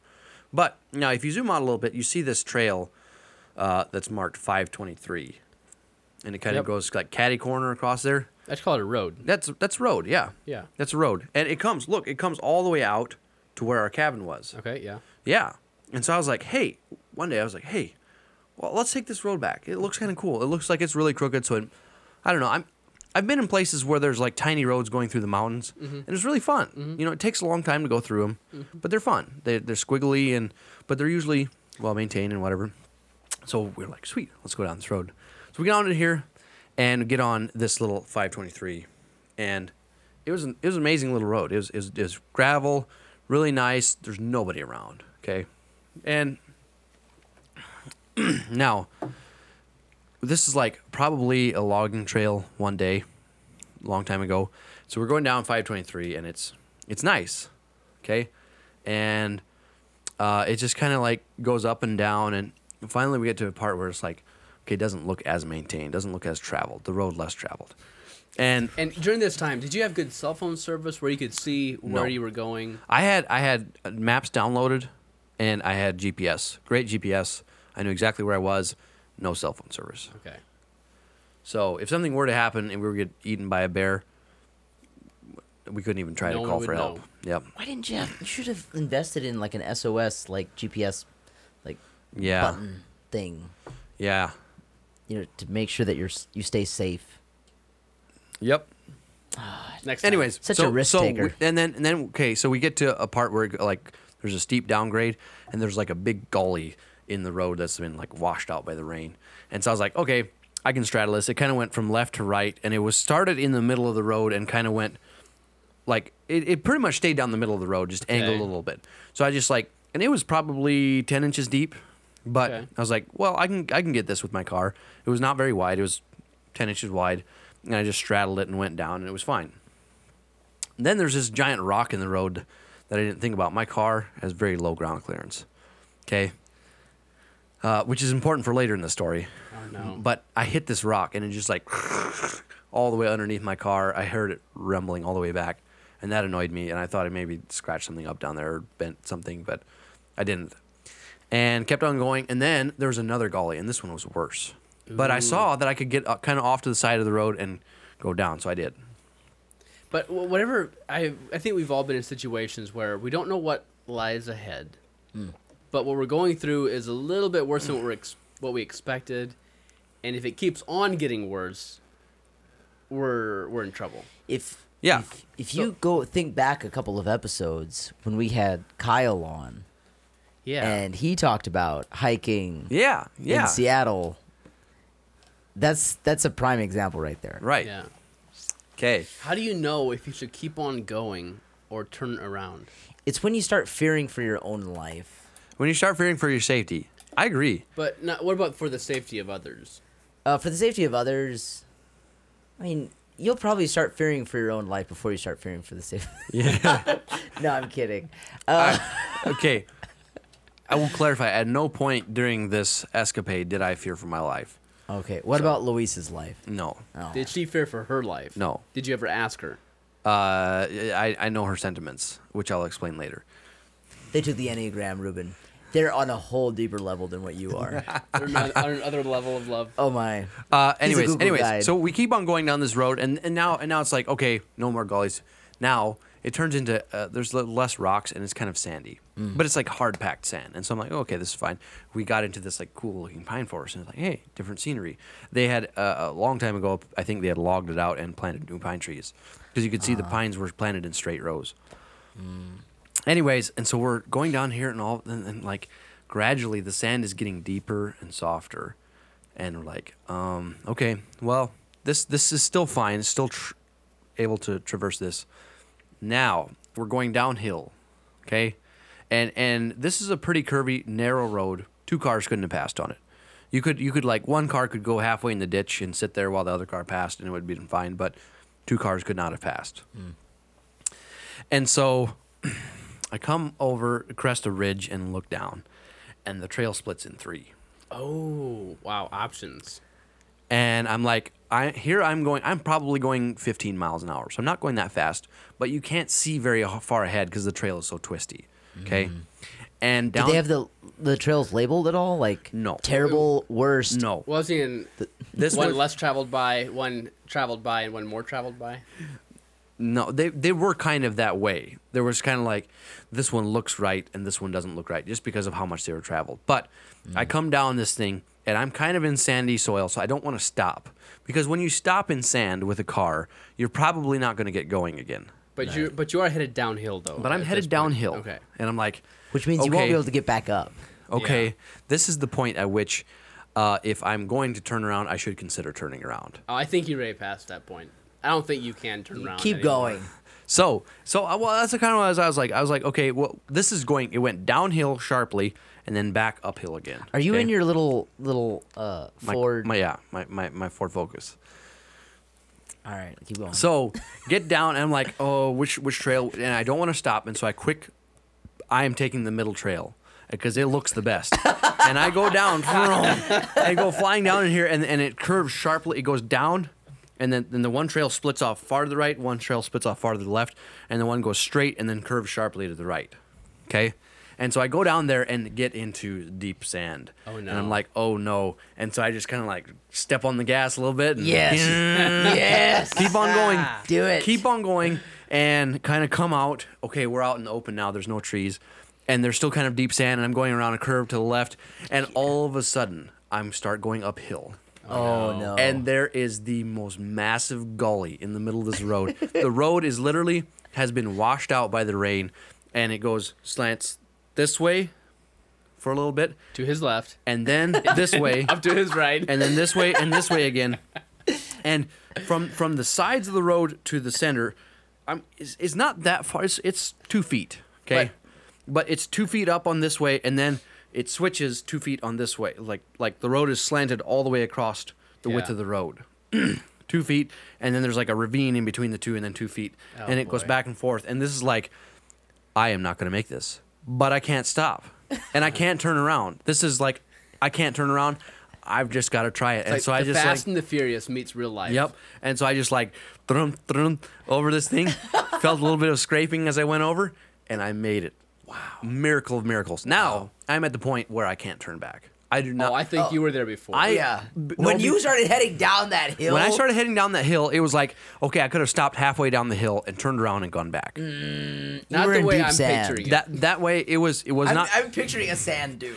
S5: but now if you zoom out a little bit, you see this trail uh, that's marked 523. And it kind of
S4: Yep.
S5: goes like catty corner across there.
S4: That's called a road.
S5: That's that's road, yeah.
S4: Yeah.
S5: That's road. And it comes, look, it comes all the way out to where our cabin was.
S4: Okay. Yeah.
S5: Yeah. And so I was like, hey, one day I was like, hey, well, let's take this road back. It looks kind of cool. It looks like it's really crooked. So it, I don't know. I'm, I've been in places where there's like tiny roads going through the mountains, and it's really fun. You know, it takes a long time to go through them, but they're fun. They, they're squiggly and, but they're usually well maintained and whatever. So we're like, sweet, let's go down this road. So we get on in here and get on this little 523, and it was an, it was an amazing little road. It was, it was, it was gravel, really nice. There's nobody around. Okay, and <clears throat> now this is like probably a logging trail one day, long time ago. So we're going down 523, and it's it's nice. Okay, and uh, it just kind of like goes up and down and finally we get to a part where it's like okay it doesn't look as maintained doesn't look as traveled the road less traveled And
S4: And during this time, did you have good cell phone service where you could see where
S5: No.
S4: you were going?
S5: I had I had maps downloaded, and I had GPS. Great GPS. I knew exactly where I was. No cell phone service.
S4: Okay.
S5: So if something were to happen and we were get eaten by a bear, we couldn't even try
S4: No
S5: to
S4: one
S5: call
S4: would
S5: for help.
S4: know.
S5: Yep.
S6: Why didn't you? Have, you should have invested in like an SOS, like GPS, like
S5: Yeah.
S6: button thing,
S5: Yeah.
S6: you know, to make sure that you're s- you stay safe.
S5: Yep.
S4: Next. time.
S5: Anyways,
S6: Such
S5: so,
S6: a risk
S5: so
S6: taker.
S5: we- and then and then okay, so we get to a part where like there's a steep downgrade and there's like a big gully in the road that's been like washed out by the rain. And so I was like, okay, I can straddle this. It kind of went from left to right and it was started in the middle of the road and kind of went like it, it pretty much stayed down the middle of the road, just angled a little bit. So I just like, and it was probably ten inches deep, but
S4: Okay.
S5: I was like, well, I can I can get this with my car. It was not very wide; it was ten inches wide, and I just straddled it and went down, and it was fine. Then there's this giant rock in the road that I didn't think about. My car has very low ground clearance, okay, uh, which is important for later in the story.
S4: Oh, no.
S5: But I hit this rock and it just like <laughs> all the way underneath my car. I heard it rumbling all the way back, and that annoyed me. And I thought I maybe scratched something up down there or bent something, but I didn't. And kept on going. And then there was another gully, and this one was worse. But I saw that I could get kind of off to the side of the road and go down, so I did.
S4: But wh- whatever, I I think we've all been in situations where we don't know what lies ahead, Hmm. but what we're going through is a little bit worse than what we're ex- what we expected, and if it keeps on getting worse, we're we're in trouble.
S6: If
S5: Yeah.
S6: if, if you go think back a couple of episodes when we had Kyle on
S4: Yeah.
S6: and he talked about hiking
S5: Yeah, yeah,
S6: in Seattle, that's that's a prime example right there.
S5: right.
S4: yeah.
S5: Okay,
S4: How do you know if you should keep on going or turn around?
S6: It's when you start fearing for your own life.
S5: when you start fearing for your safety, I agree.
S4: But not, what about for the safety of others?
S6: Uh, for the safety of others, I mean, you'll probably start fearing for your own life before you start fearing for the <laughs> safety.
S5: Yeah.
S6: no, I'm kidding.
S5: okay. I will clarify. At no point during this escapade did I fear for my life. Uh,
S6: Okay, what about Luis's life?
S5: No.
S6: Oh.
S4: Did she fear for her life?
S5: No.
S4: Did you ever ask her?
S5: Uh, I, I know her sentiments, which I'll explain later.
S6: They took the Enneagram, Ruben. They're on a whole deeper level than what you
S5: <laughs>
S6: are.
S4: Or another, on another level of love?
S6: oh my.
S5: Uh,
S6: He's a
S5: anyways,
S6: Google
S5: anyways,
S6: guide.
S5: so we keep on going down this road, and, and now and now it's like okay, no more gullies. Now it turns into uh, there's le- less rocks and it's kind of sandy,
S6: Mm.
S5: but it's like hard packed sand. And so I'm like, okay, this is fine. We got into this like cool looking pine forest, and it's like, hey, different scenery. They had uh, a long time ago, I think they had logged it out and planted new pine trees because you could
S6: Ah.
S5: see the pines were planted in straight rows. Anyways, and so we're going down here and all, and, and like gradually the sand is getting deeper and softer, and we're like, um, okay, well, this this is still fine, it's still tr- able to traverse this. Now we're going downhill, okay, and and this is a pretty curvy, narrow road. Two cars couldn't have passed on it. You could you could like one car could go halfway in the ditch and sit there while the other car passed, and it would be fine. But two cars could not have passed. And so I come over, crest a ridge, and look down, and the trail splits in three.
S4: <laughs> Oh, wow. Options.
S5: And I'm like, I here I'm going. I'm probably going 15 miles an hour, so I'm not going that fast. But you can't see very h- far ahead because the trail is so twisty. Okay, and
S6: Did
S5: down.
S6: Mm. they have the the trails labeled at all? Like
S5: No.
S6: terrible, worst.
S5: no?
S4: Well, I was in
S5: This
S4: one
S5: was-
S4: less traveled by, one traveled by, and one more traveled by.
S5: No, they they were kind of that way. There was kind of like this one looks right and this one doesn't look right just because of how much they were traveled. But
S6: Mm.
S5: I come down this thing and I'm kind of in sandy soil, so I don't want to stop because when you stop in sand with a car, you're probably not going to get going again.
S4: But you but you are headed downhill though.
S5: But I'm
S4: at
S5: headed
S4: this point.
S5: downhill.
S4: Okay.
S5: And I'm like
S6: Which means you won't
S5: okay.
S6: be able to get back up.
S5: Okay,
S4: Yeah.
S5: this is the point at which uh, if I'm going to turn around, I should consider turning around.
S4: Oh, I think you already passed that point. I don't think you can turn around.
S6: Keep
S4: anymore.
S6: going.
S5: So, so I, well, that's the kind of as I was like, I was like, okay, well, this is going. It went downhill sharply and then back uphill again.
S6: Are you
S5: okay?
S6: in your little little uh
S5: my,
S6: Ford?
S5: My, yeah, my, my my Ford Focus.
S6: All right, keep going.
S5: <laughs>
S6: <laughs>
S5: So uh, get down, and I'm like, oh, which which trail? And I don't want to stop, and so I quick, I am taking the middle trail because it looks the best. <laughs> and I go down, vroom. I go flying down in here, and and it curves sharply. It goes down, and and then, then the one trail splits off far to the right, one trail splits off far to the left, and the one goes straight and then curves sharply to the right. Okay? And so I go down there and get into deep sand.
S4: Oh,
S5: And
S4: no.
S5: I'm like, oh no. And so I just kind of like step on the gas a little bit and <laughs>
S6: yes.
S5: keep on going.
S6: Ah, Do it.
S5: Keep on going and kind of come out. Okay, we're out in the open now. There's no trees. And there's still kind of deep sand. And I'm going around a curve to the left. And all of a sudden, I'm start going uphill.
S6: Oh no.
S5: And there is the most massive gully in the middle of this road. the road is literally has been washed out by the rain and it goes slants this way for a little bit
S4: to his left,
S5: and then this
S6: <laughs>
S5: way
S4: up to his right.
S5: <laughs> and then this way and this way again and from from the sides of the road to the center i'm it's, it's not that far it's, it's two feet okay but it's two feet up on this way and then it switches two feet on this way like like the road is slanted all the way across the width
S4: Yeah.
S5: of the road <clears throat> two feet and then there's like a ravine in between the two and then two feet and it goes
S4: Oh, boy.
S5: back and forth and this is like i am not going to make this but i can't stop and i can't turn around this is like i can't turn around i've just got to try it and
S4: Like,
S5: so i
S4: the
S5: just like-
S4: Fast and the Furious meets real life.
S5: Yep. And so I just like thrum thrum over
S4: <laughs>
S5: this thing, felt a little bit of scraping as I went over, and I made it. Wow. Miracle of miracles. Now I'm at the point where I can't turn back. I do not.
S4: Oh, I think you were there before.
S5: I-
S6: Oh, yeah.
S5: b-
S6: when
S5: no,
S6: you
S5: be-
S6: started heading down that hill.
S5: when I started heading down that hill, it was like, okay, I could have stopped halfway down the hill and turned around and gone back.
S4: Mm, not
S6: were
S4: the
S6: in
S4: way
S6: deep
S4: I'm
S6: sand.
S4: picturing it.
S5: That that way, it was it was
S6: I'm,
S5: not.
S6: I'm picturing a sand dune.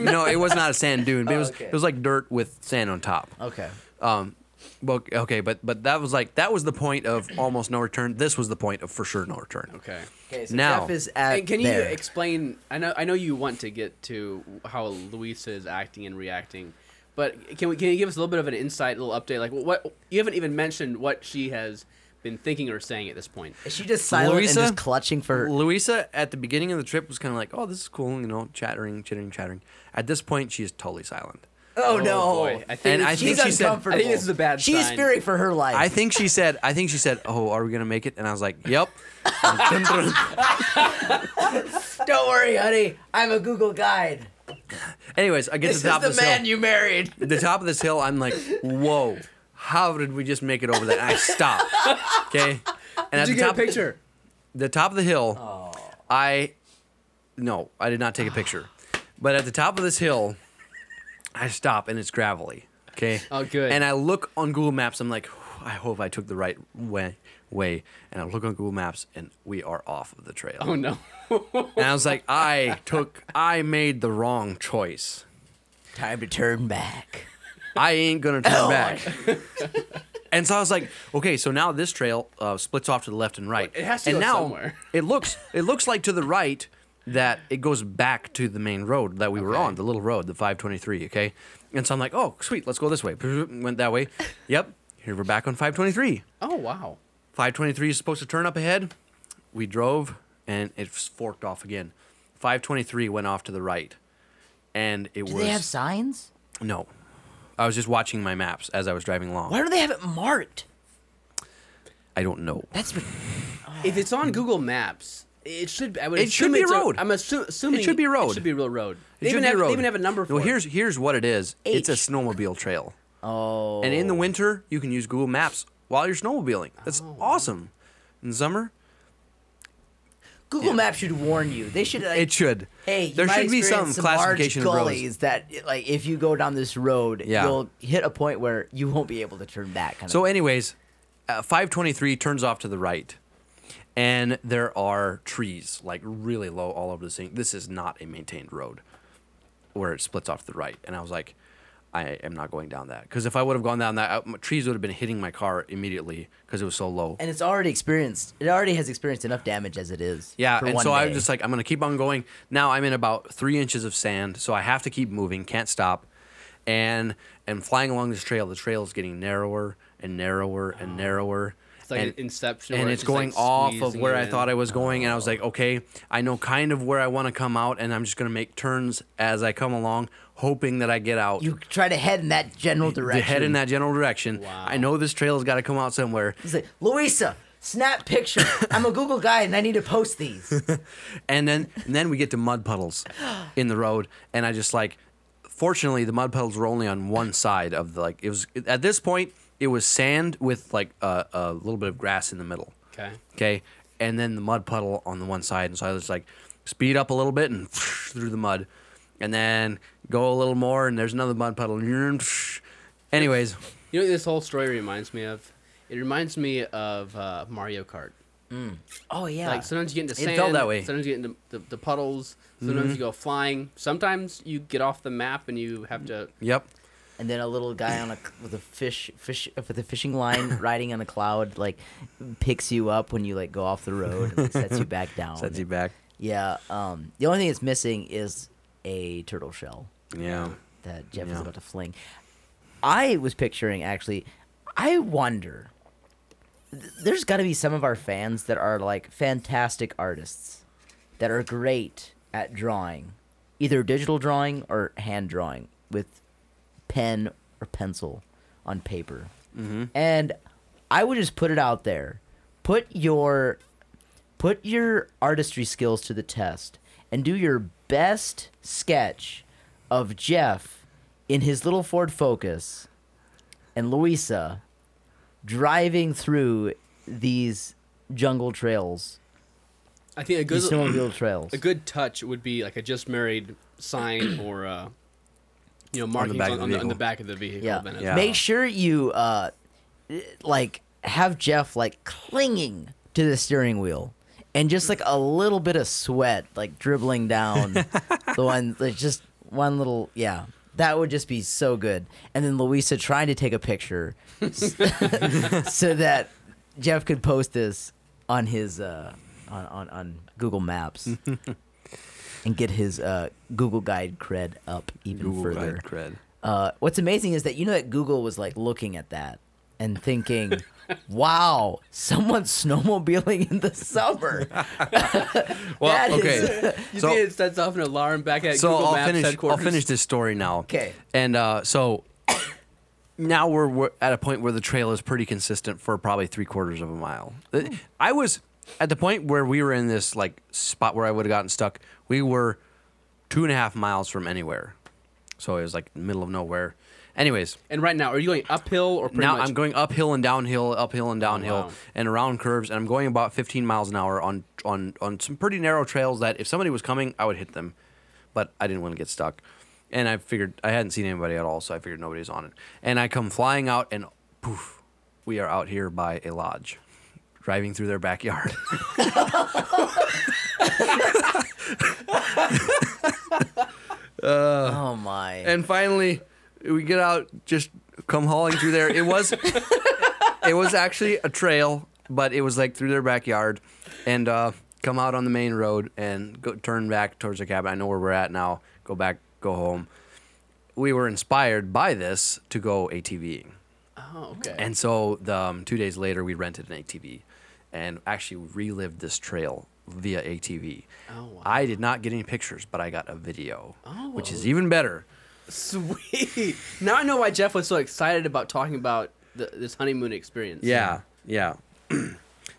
S5: no, it was not a sand dune. But it was
S6: okay.
S5: it was like dirt with sand on top.
S6: <laughs> okay.
S5: Um, well, okay, but but that was like that was the point of almost no return. This was the point of for sure no return.
S4: okay.
S6: Okay. So
S5: Now-
S6: Jeff is at.
S4: And can you
S6: there.
S4: explain? I know, I know you want to get to how Luisa is acting and reacting, but can we? Can you give us a little bit of an insight, a little update? Like what you haven't even mentioned what she has been thinking or saying at this point.
S6: Is she just silent
S5: Louisa?
S6: and just clutching for her?
S5: Louisa at the beginning of the trip was kind of like, "Oh, this is cool," you know, chattering, chittering, chattering. At this point, she is totally silent.
S6: oh, no.
S4: boy. I think,
S5: And I
S4: this-
S5: think
S6: She's
S5: she said-
S6: uncomfortable.
S4: I think this is a bad
S6: She's
S4: sign.
S6: fearing for her life.
S5: I think she said, "I think she said, oh, are we gonna make it?" And I was like, "Yep." <laughs>
S6: Don't worry, honey. I'm a Google guide.
S5: Anyways, I get
S6: This
S5: to the top
S6: is
S5: of
S6: the
S5: this
S6: man
S5: hill.
S6: you married.
S5: the top of this hill, I'm like, "Whoa, how did we just make it over that?" And I
S6: <laughs>
S5: stop. Okay. And at
S4: Did you
S5: the
S4: get a
S5: top,
S4: picture?
S5: the top of the hill, I no, I did not take a picture. But at the top of this hill, I stop and it's gravelly. Okay.
S4: Oh, good.
S5: And I look on Google Maps. I'm like, I hope I took the right way. Way. And I look on Google Maps, and we are off of the trail.
S4: Oh no. <laughs>
S5: And I was like, I took, I made the wrong choice.
S6: Time to turn back.
S5: I ain't gonna turn back. <laughs> and so I was like, okay, so now this trail uh, splits off to the left and right.
S4: It has to go
S5: and now
S4: somewhere. <laughs>
S5: it looks it looks like to the right that it goes back to the main road that we were on, the little road, the 523. Okay, and so I'm like, oh sweet, let's go this way. <laughs> Went
S4: <laughs>
S5: that way. Yep, here we're back on 523.
S4: Oh wow.
S5: 523 is supposed to turn up ahead. We drove and it forked off again. 523 went off to the right, and it
S6: Do
S5: was
S6: they have signs?
S5: no. I was just watching my maps as I was driving along.
S6: Why do they have it marked?
S5: I don't know.
S6: That's ri-
S4: If it's on Google Maps, it should. I would
S5: It should
S4: assume
S5: be
S4: it's
S5: road.
S4: I'm assu- assuming
S5: should be road.
S4: It should be real road. They
S5: It should
S4: even
S5: be
S4: have,
S5: road.
S4: They even have a number for
S5: Well,
S4: it.
S5: here's here's what it is. It's a
S6: H.
S5: snowmobile trail. Oh. And in the winter, you can use Google Maps while you're snowmobiling. That's
S4: Oh.
S5: awesome. In summer,
S6: Google Maps should warn you. They should. Like,
S5: it should.
S6: Hey, you
S5: there
S6: might
S5: should be some,
S6: experience some
S5: classification
S6: large
S5: of roads.
S6: gullies that, like, if you go down this road,
S5: Yeah.
S6: you'll hit a point where you won't be able to turn back. Kind
S5: So,
S6: of.
S5: anyways, uh, 523 turns off to the right, and there are trees like really low all over this thing. This is not a maintained road where it splits off to the right. And I was like, I am not going down that because if I would have gone down that, uh, my- trees would have been hitting my car immediately because it was so low.
S6: and it's already experienced. It already has experienced enough damage as it is.
S5: Yeah,
S6: for
S5: and
S6: one
S5: so I
S6: day.
S5: was just like, I'm gonna keep on going. Now I'm in about three inches of sand, so I have to keep moving, can't stop. And and flying along this trail, the trail is getting narrower and narrower and narrower.
S4: Oh. It's like
S5: and,
S4: Inception,
S5: and
S4: where it's
S5: it's
S4: just,
S5: going
S4: like,
S5: off of
S4: squeezing
S5: where
S4: it
S5: I
S4: in. Oh.
S5: thought I was going, and I was like, okay, I know kind of where I want to come out, and I'm just gonna make turns as I come along, hoping that I get out.
S6: you try to head in that general
S5: to
S6: direction.
S5: head in that general direction.
S4: Wow.
S5: I know this trail has got to come out somewhere.
S6: He's like, Louisa, snap picture. I'm a Google guy and I need to post
S5: <laughs>
S6: these.
S5: and then and then we get to mud
S6: <gasps>
S5: puddles in the road and i just like fortunately the mud puddles were only on one side of the like it was at this point it was sand with like a, a little bit of grass in the middle.
S4: Okay.
S5: Okay. And then the mud puddle on the one side. And so I was like, speed up a little bit and <laughs> through the mud. And then go a little more and there's another mud puddle. Anyways,
S4: You know what this whole story reminds me of? It reminds me of uh, Mario Kart.
S6: Oh yeah.
S4: Like sometimes you get into sand.
S5: It felt that way. Mm-hmm.
S4: Sometimes you get into the, the puddles. Sometimes you go flying. Sometimes you get off the map and you have to.
S5: yep.
S6: and then a little guy on a with a fish fish with a
S5: <laughs>
S6: fishing line riding on a cloud like picks you up when you like go off the road and like, sets
S5: <laughs>
S6: you back down.
S5: Sets you back.
S6: Yeah. Um. The only thing that's missing is a turtle shell
S5: Yeah.
S6: that Jeff is
S5: Yeah.
S6: about to fling. I was picturing actually. I wonder. th- There's got to be some of our fans that are like fantastic artists, that are great at drawing, either digital drawing or hand drawing with pen or pencil on paper. And I would just put it out there. Put your put your artistry skills to the test and do your best sketch of Jeff in his little Ford Focus and Louisa driving through these jungle trails,
S4: I think a
S6: these
S4: good
S6: snowmobile trails.
S4: a good touch would be like a just married
S5: <clears throat>
S4: sign or uh, you know markings
S5: back
S4: on,
S5: of the
S4: on the, on the
S5: vehicle.
S4: back of the vehicle.
S6: Yeah.
S4: Then as
S5: Yeah.
S4: well.
S6: Make sure you uh like have Jeff like clinging to the steering wheel and just like a little bit of sweat like dribbling down the one like just one little yeah. That would just be so good. And then Louisa trying to take a picture s- so that Jeff could post this on his uh on, on, on Google Maps and get his uh, Google Guide cred up even
S5: Google
S6: further.
S5: Guide cred.
S6: Uh, what's amazing is that you know that Google was like looking at that and
S5: <laughs>
S6: thinking, "Wow, someone's snowmobiling in the summer."
S5: <laughs> Well,
S6: That is-
S5: okay.
S4: <laughs> You
S5: So-
S4: think it sets off an alarm back at
S5: so
S4: Google
S5: I'll
S4: Maps
S5: finish. I'll
S4: headquarters.
S5: finish this story now.
S6: 'Kay.
S5: And uh, so <coughs> now we're, we're at a point where the trail is pretty consistent for probably three quarters of a mile. Uh, I was at the point where we were in this like spot where I would have gotten stuck. We were two and a half miles from anywhere, so it was like middle of nowhere. Anyways,
S4: And right now, are you going uphill or pretty
S5: now
S4: much? Oh,
S5: I'm going uphill and downhill, uphill and downhill,
S4: wow.
S5: and around curves, and I'm going about 15 miles an hour on on on some pretty narrow trails that if somebody was coming, I would hit them, but I didn't want to get stuck, and I figured I hadn't seen anybody at all, so I figured nobody's on it, and I come flying out, and poof, we are out here by a lodge, driving through their backyard. <laughs>
S6: oh my!
S5: and finally we get out just come hauling through there it was it was actually a trail but it was like through their backyard and uh come out on the main road and go turn back towards the cabin i know where we're at now go back go home we were inspired by this to go atving
S4: Oh, okay.
S5: and so the, um, two days later, we rented an ATV and actually relived this trail via ATV.
S4: Oh, wow. Oh,
S5: I did not get any pictures, but I got a video, which is even better.
S4: <laughs> Sweet. Now I know why Jeff was so excited about talking about the, this honeymoon experience.
S5: Yeah, yeah. <clears throat>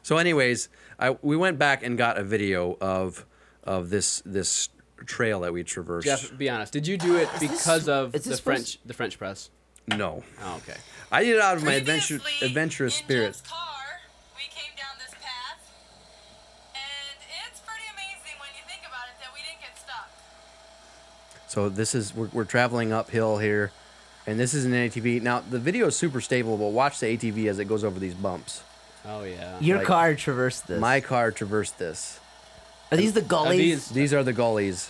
S5: so, anyways, I, we went back and got a video of of this this trail that we traversed.
S4: Jeff, be honest. Did you do it because of
S6: is
S4: the
S6: this supposed-
S4: French the French press?
S5: no,
S4: Oh, okay.
S5: I did it out of my adventure,
S7: Previously,
S5: adventurous
S7: in
S5: spirit.
S7: Jeff's car, we came down this path, and it's pretty amazing when you think about it that we didn't get stuck.
S5: So this is we're, we're traveling uphill here, and this is an ATV. Now the video is super stable, but watch the ATV as it goes over these bumps.
S4: Oh yeah.
S6: Your
S5: like-
S6: car traversed this.
S5: My car traversed this.
S6: are these the gullies?
S4: these-
S5: These are the gullies.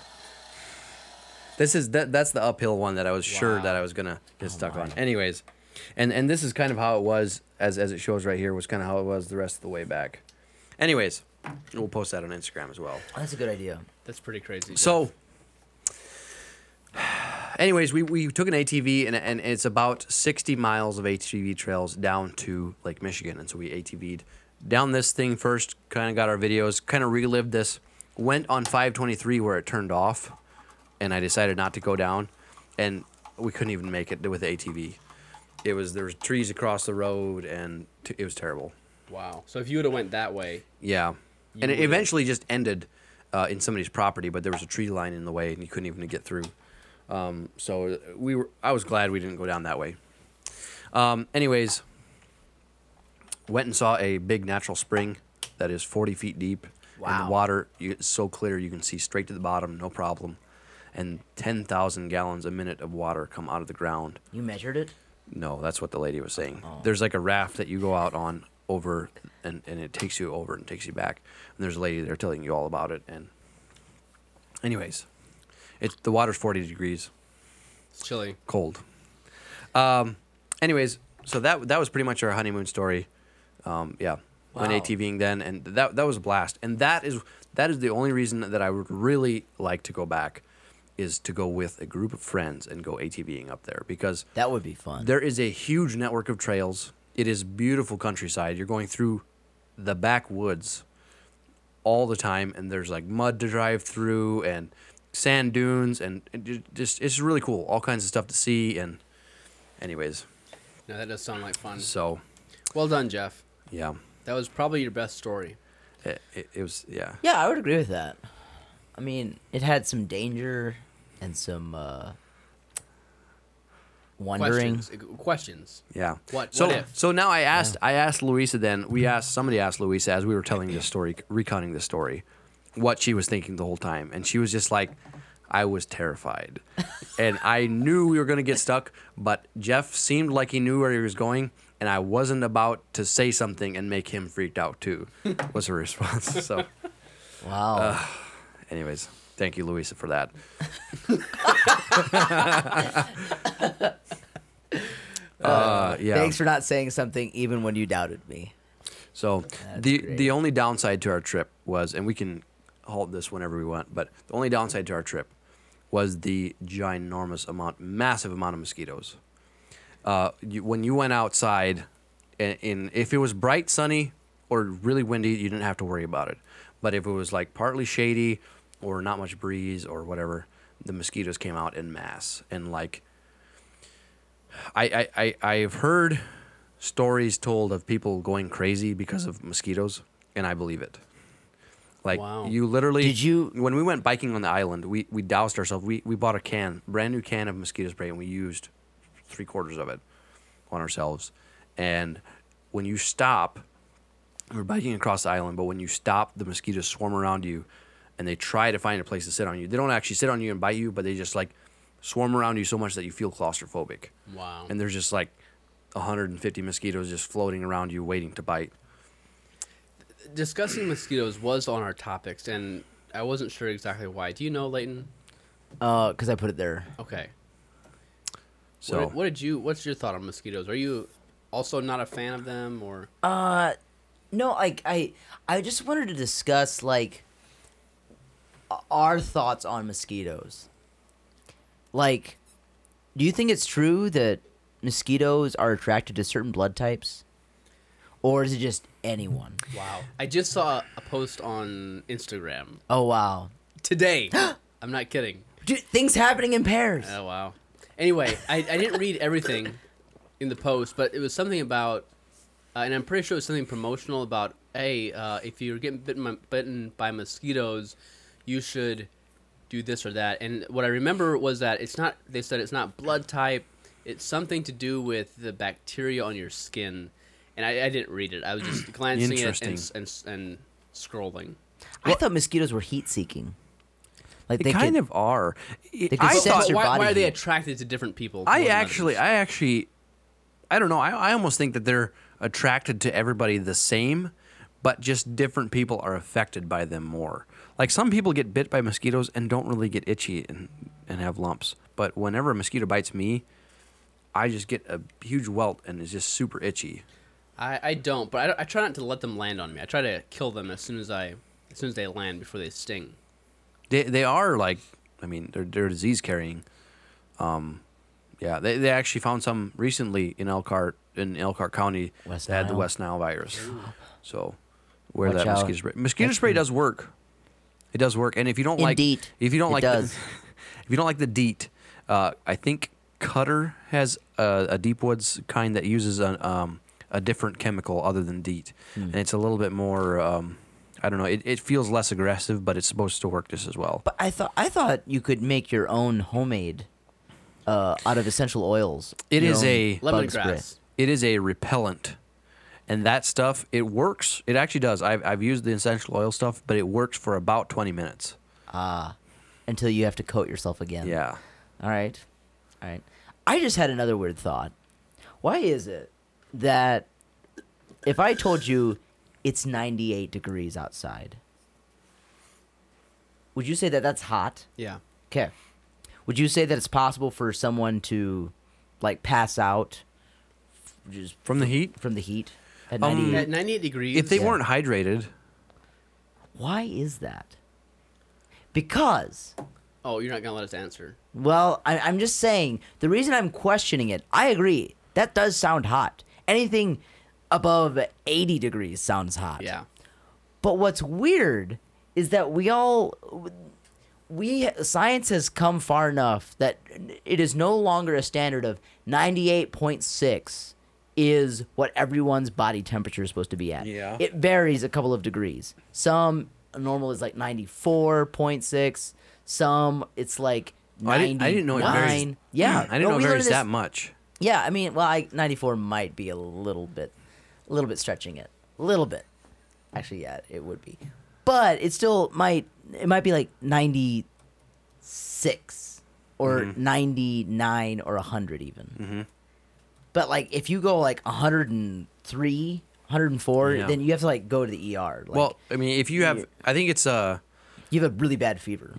S5: This is that that's the uphill one that I was sure
S4: Wow.
S5: that I was gonna get stuck on. Anyways, and and this is kind of how it was as as it shows right here was kind of how it was the rest of the way back. Anyways, we'll post that on Instagram as well.
S6: Oh, That's a good idea.
S4: That's pretty crazy. Jeff.
S5: So, <sighs> anyways, we, we took an ATV and, and it's about 60 miles of ATV trails down to Lake Michigan. And so we ATV'd down this thing first, kind of got our videos, kind of relived this, went on 523 where it turned off, and I decided not to go down. And we couldn't even make it with the ATV. It was there was trees across the road and t- it was terrible.
S4: wow. So if you would have went that way,
S5: Yeah. and it
S4: would've-
S5: eventually just ended uh, in somebody's property, but there was a tree line in the way and you couldn't even get through. uh, Um, so we were I was glad we didn't go down that way. Um, anyways, went and saw a big natural spring that is 40 feet deep. And
S6: Wow.
S5: the water you- is so clear you can see straight to the bottom, no problem. And 10,000 gallons a minute of water come out of the ground.
S6: You measured it?
S5: No, that's what the lady was saying. There's like a raft that you go out on over and, and it takes you over and takes you back. And there's a lady there telling you all about it. And, anyways, it's the water's 40 degrees
S4: It's chilly.
S5: cold. Um, anyways, so that that was pretty much our honeymoon story. Um, yeah, went
S6: Wow.
S5: ATVing then, and that that was a blast. And that is that is the only reason that I would really like to go back is to go with a group of friends and go ATVing up there because
S6: That would be fun.
S5: there is a huge network of trails. It is beautiful countryside. You're going through the backwoods all the time, and there's like mud to drive through and sand dunes, and it ju- just it's really cool. All kinds of stuff to see, and anyways,
S4: No, that does sound like fun.
S5: so
S4: Well done, Jeff.
S5: yeah,
S4: That was probably your best story.
S5: it, it, it was yeah.
S6: yeah, I would agree with that. I mean, it had some danger and some uh, wondering.
S4: Questions. Uh, Questions.
S5: Yeah.
S4: What-
S5: So
S4: what if?
S5: so now I asked I asked Louisa. Then we asked somebody asked Louisa as we were telling this story, recounting this story, what she was thinking the whole time, and she was just like, "I was terrified," and I knew we were gonna get stuck, but Jeff seemed like he knew where he was going, and I wasn't about to say something and make him freaked out too. Was her response. <laughs> So,
S6: Wow.
S5: Uh, anyways, thank you, Louisa, for that. <laughs> Uh, yeah.
S6: Thanks for not saying something even when you doubted me.
S5: So the
S6: great.
S5: the only downside to our trip was, and we can halt this whenever we want, but the only downside to our trip was the ginormous amount, massive amount of mosquitoes. Uh, you, when you went outside, and, and if it was bright, sunny, or really windy, you didn't have to worry about it. But if it was like partly shady, or not much breeze, or whatever, the mosquitoes came out in mass, and like I, I, I, I've heard stories told of people going crazy because of mosquitoes, and I believe it. Like
S4: Wow.
S5: you literally
S6: Did you-
S5: when we went biking on the island, we, we doused ourselves. We we bought a can, brand new can of mosquito spray, and we used three quarters of it on ourselves. And when you stop, we we're biking across the island, but when you stop, the mosquitoes swarm around you and they try to find a place to sit on you. They don't actually sit on you and bite you, but they just like swarm around you so much that you feel claustrophobic.
S4: Wow.
S5: And there's just like 150 mosquitoes just floating around you waiting to bite.
S4: Discussing mosquitoes was on our topics, and I wasn't sure exactly why. Do you know, Leighton?
S6: Uh, because I put it there.
S4: Okay.
S5: So
S4: what, what did you? What's your thought on mosquitoes? Are you also not a fan of them, or
S6: No, like I, I just wanted to discuss like our thoughts on mosquitoes. Like, do you think it's true that mosquitoes are attracted to certain blood types, or is it just anyone?
S4: wow? I just saw a post on
S5: <gasps>
S4: Instagram
S6: Oh wow,
S4: today. <gasps> I'm not kidding.
S6: Dude, things happening in pairs.
S5: Uh,
S4: Oh wow. Anyway, I, I didn't read everything in the post, but it was something about, uh, and I'm pretty sure it was something promotional about. Hey, uh, if you're getting bitten by, bitten by mosquitoes, you should do this or that. And what I remember was that it's not. They said it's not blood type. It's something to do with the bacteria on your skin. And I, I didn't read it. I was
S5: <clears throat>
S4: just glancing at it and, s-
S5: Interesting.
S4: and s- and scrolling.
S6: I thought mosquitoes were heat seeking. Like
S5: they, kind of are.
S6: they could
S5: I
S6: sense
S5: thought
S6: your
S4: why, why
S6: body
S4: are they
S6: heat.
S4: attracted to different people? more
S5: I
S4: than
S5: actually,
S4: others?
S5: I actually, I don't know. I, I almost think that they're attracted to everybody the same, but just different people are affected by them more. Like some people get bit by mosquitoes and don't really get itchy and, and have lumps. But whenever a mosquito bites me, I just get a huge welt and it's just super itchy.
S4: I, I don't, but I, don't- I try not to let them land on me. I try to kill them as soon as I as soon as they land before they sting.
S5: They they are like, I mean, they're they're disease carrying. Um, yeah, they they actually found some recently in Elkhart in Elkhart County
S6: West
S5: that had the
S6: Nile.
S5: West Nile virus. So where
S6: Watch
S5: that
S6: out.
S5: mosquito spray mosquito spray does work. It does work, and if you don't like
S6: Indeed.
S5: if you don't
S6: It
S5: like
S6: does.
S5: The, <laughs> if you don't like the DEET, uh, I think Cutter has a, a deep woods kind that uses an, um, a different chemical other than DEET,
S6: Hmm.
S5: and it's a little bit more. Um, I don't know. It, it feels less aggressive, but it's supposed to work just as well.
S6: But I thought I thought you could make your own homemade uh, out of essential oils.
S5: It
S6: Your
S5: is
S6: own
S5: a-
S6: bug
S4: Lemongrass.
S6: spray.
S5: It is a repellent. and that stuff it works. It actually does. I've I've used the essential oil stuff, but it works for about twenty minutes.
S6: until you have to coat yourself again.
S5: Yeah.
S6: All right. All right. I just had another weird thought. Why is it that if I told you it's 98 degrees outside, would you say that that's hot?
S4: Yeah.
S6: Okay. Would you say that it's possible for someone to like pass out f- just
S5: From the heat,
S6: from the heat at
S5: Um,
S6: 98?
S4: At 98 degrees.
S5: if they weren't hydrated,
S6: Why is that? Because
S4: Oh, you're not going to let us answer.
S6: Well, I, I'm just saying the reason I'm questioning it. I agree that does sound hot. Anything above 80 degrees sounds hot.
S4: Yeah.
S6: But what's weird is that we all we science has come far enough that it is no longer a standard of 98.6 is what everyone's body temperature is supposed to be at.
S5: Yeah.
S6: It varies a couple of degrees. Some normal is like 94.6, some it's like
S5: I didn't, I didn't know it varies.
S6: 99. Yeah.
S5: I didn't know it
S6: No, we learned
S5: varies
S6: this-
S5: that much.
S6: yeah, I mean, well, I, 94 might be a little bit, a little bit stretching it, a little bit. Actually, yeah, it would be, but it still might. It might be like 96 or
S5: Mm-hmm.
S6: 99 or 100 even. But like, if you go like 103, 104,
S5: Yeah.
S6: then you have to like go to the ER. Like,
S5: well, I mean, if you have, I think it's uh,
S6: you have a really bad fever.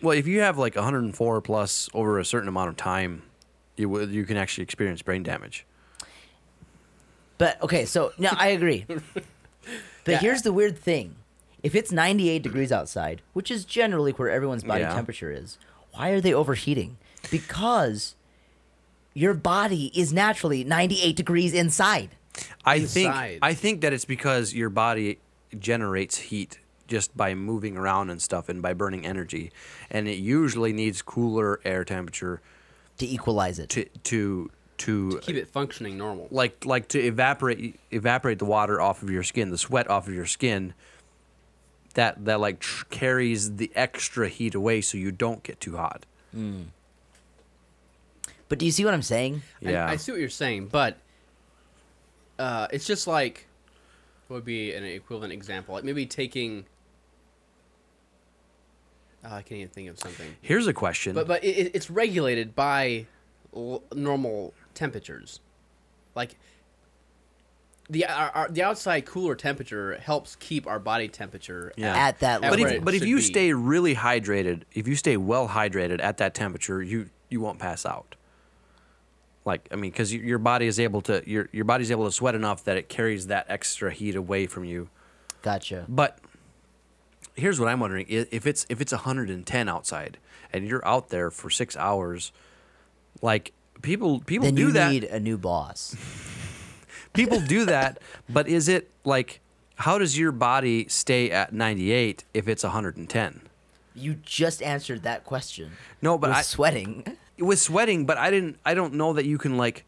S5: well, if you have like 104 plus over a certain amount of time, you would- you can actually experience brain damage.
S6: But okay, so no,
S5: <laughs>
S6: I agree. But here's the weird thing: if it's 98 degrees outside, which is generally where everyone's body
S5: Yeah.
S6: temperature is, why are they overheating? Because your body is naturally 98 degrees inside.
S5: I
S4: Inside.
S5: think I think that it's because your body generates heat just by moving around and stuff and by burning energy, and it usually needs cooler air temperature
S6: To equalize it,
S5: to to to
S4: Keep it functioning normal.
S5: like like to evaporate evaporate the water off of your skin, the sweat off of your skin. That that like tr- carries the extra heat away, so you don't get too hot.
S6: but do you see what I'm saying?
S4: I-
S5: Yeah,
S4: I, see what you're saying, but uh, it's just like what would be an equivalent example? Like maybe taking. Oh, I can't even think of something.
S5: here's a question.
S4: But but it, it- it's regulated by l- normal temperatures, like the our, our, the outside cooler temperature helps keep our body temperature.
S5: Yeah.
S6: At that
S4: At
S5: But
S6: level,
S4: where it
S5: if, but if
S4: should
S5: you
S4: be.
S5: stay really hydrated, if you stay well hydrated at that temperature, you you won't pass out. Like I mean, because your body is able to your your body's able to sweat enough that it carries that extra heat away from you.
S6: gotcha.
S5: But here's what I'm wondering: i- if it's if it's 110 outside and you're out there for six hours, like people people
S6: Then
S5: do
S6: you
S5: that
S6: need a new boss.
S5: <laughs> people
S6: <laughs>
S5: do that, but is it like how does your body stay at 98 if it's 110?
S6: You just answered that question.
S5: No, but
S6: With
S5: I,
S6: sweating. <laughs>
S5: with sweating, but I didn't. I don't know that you can like.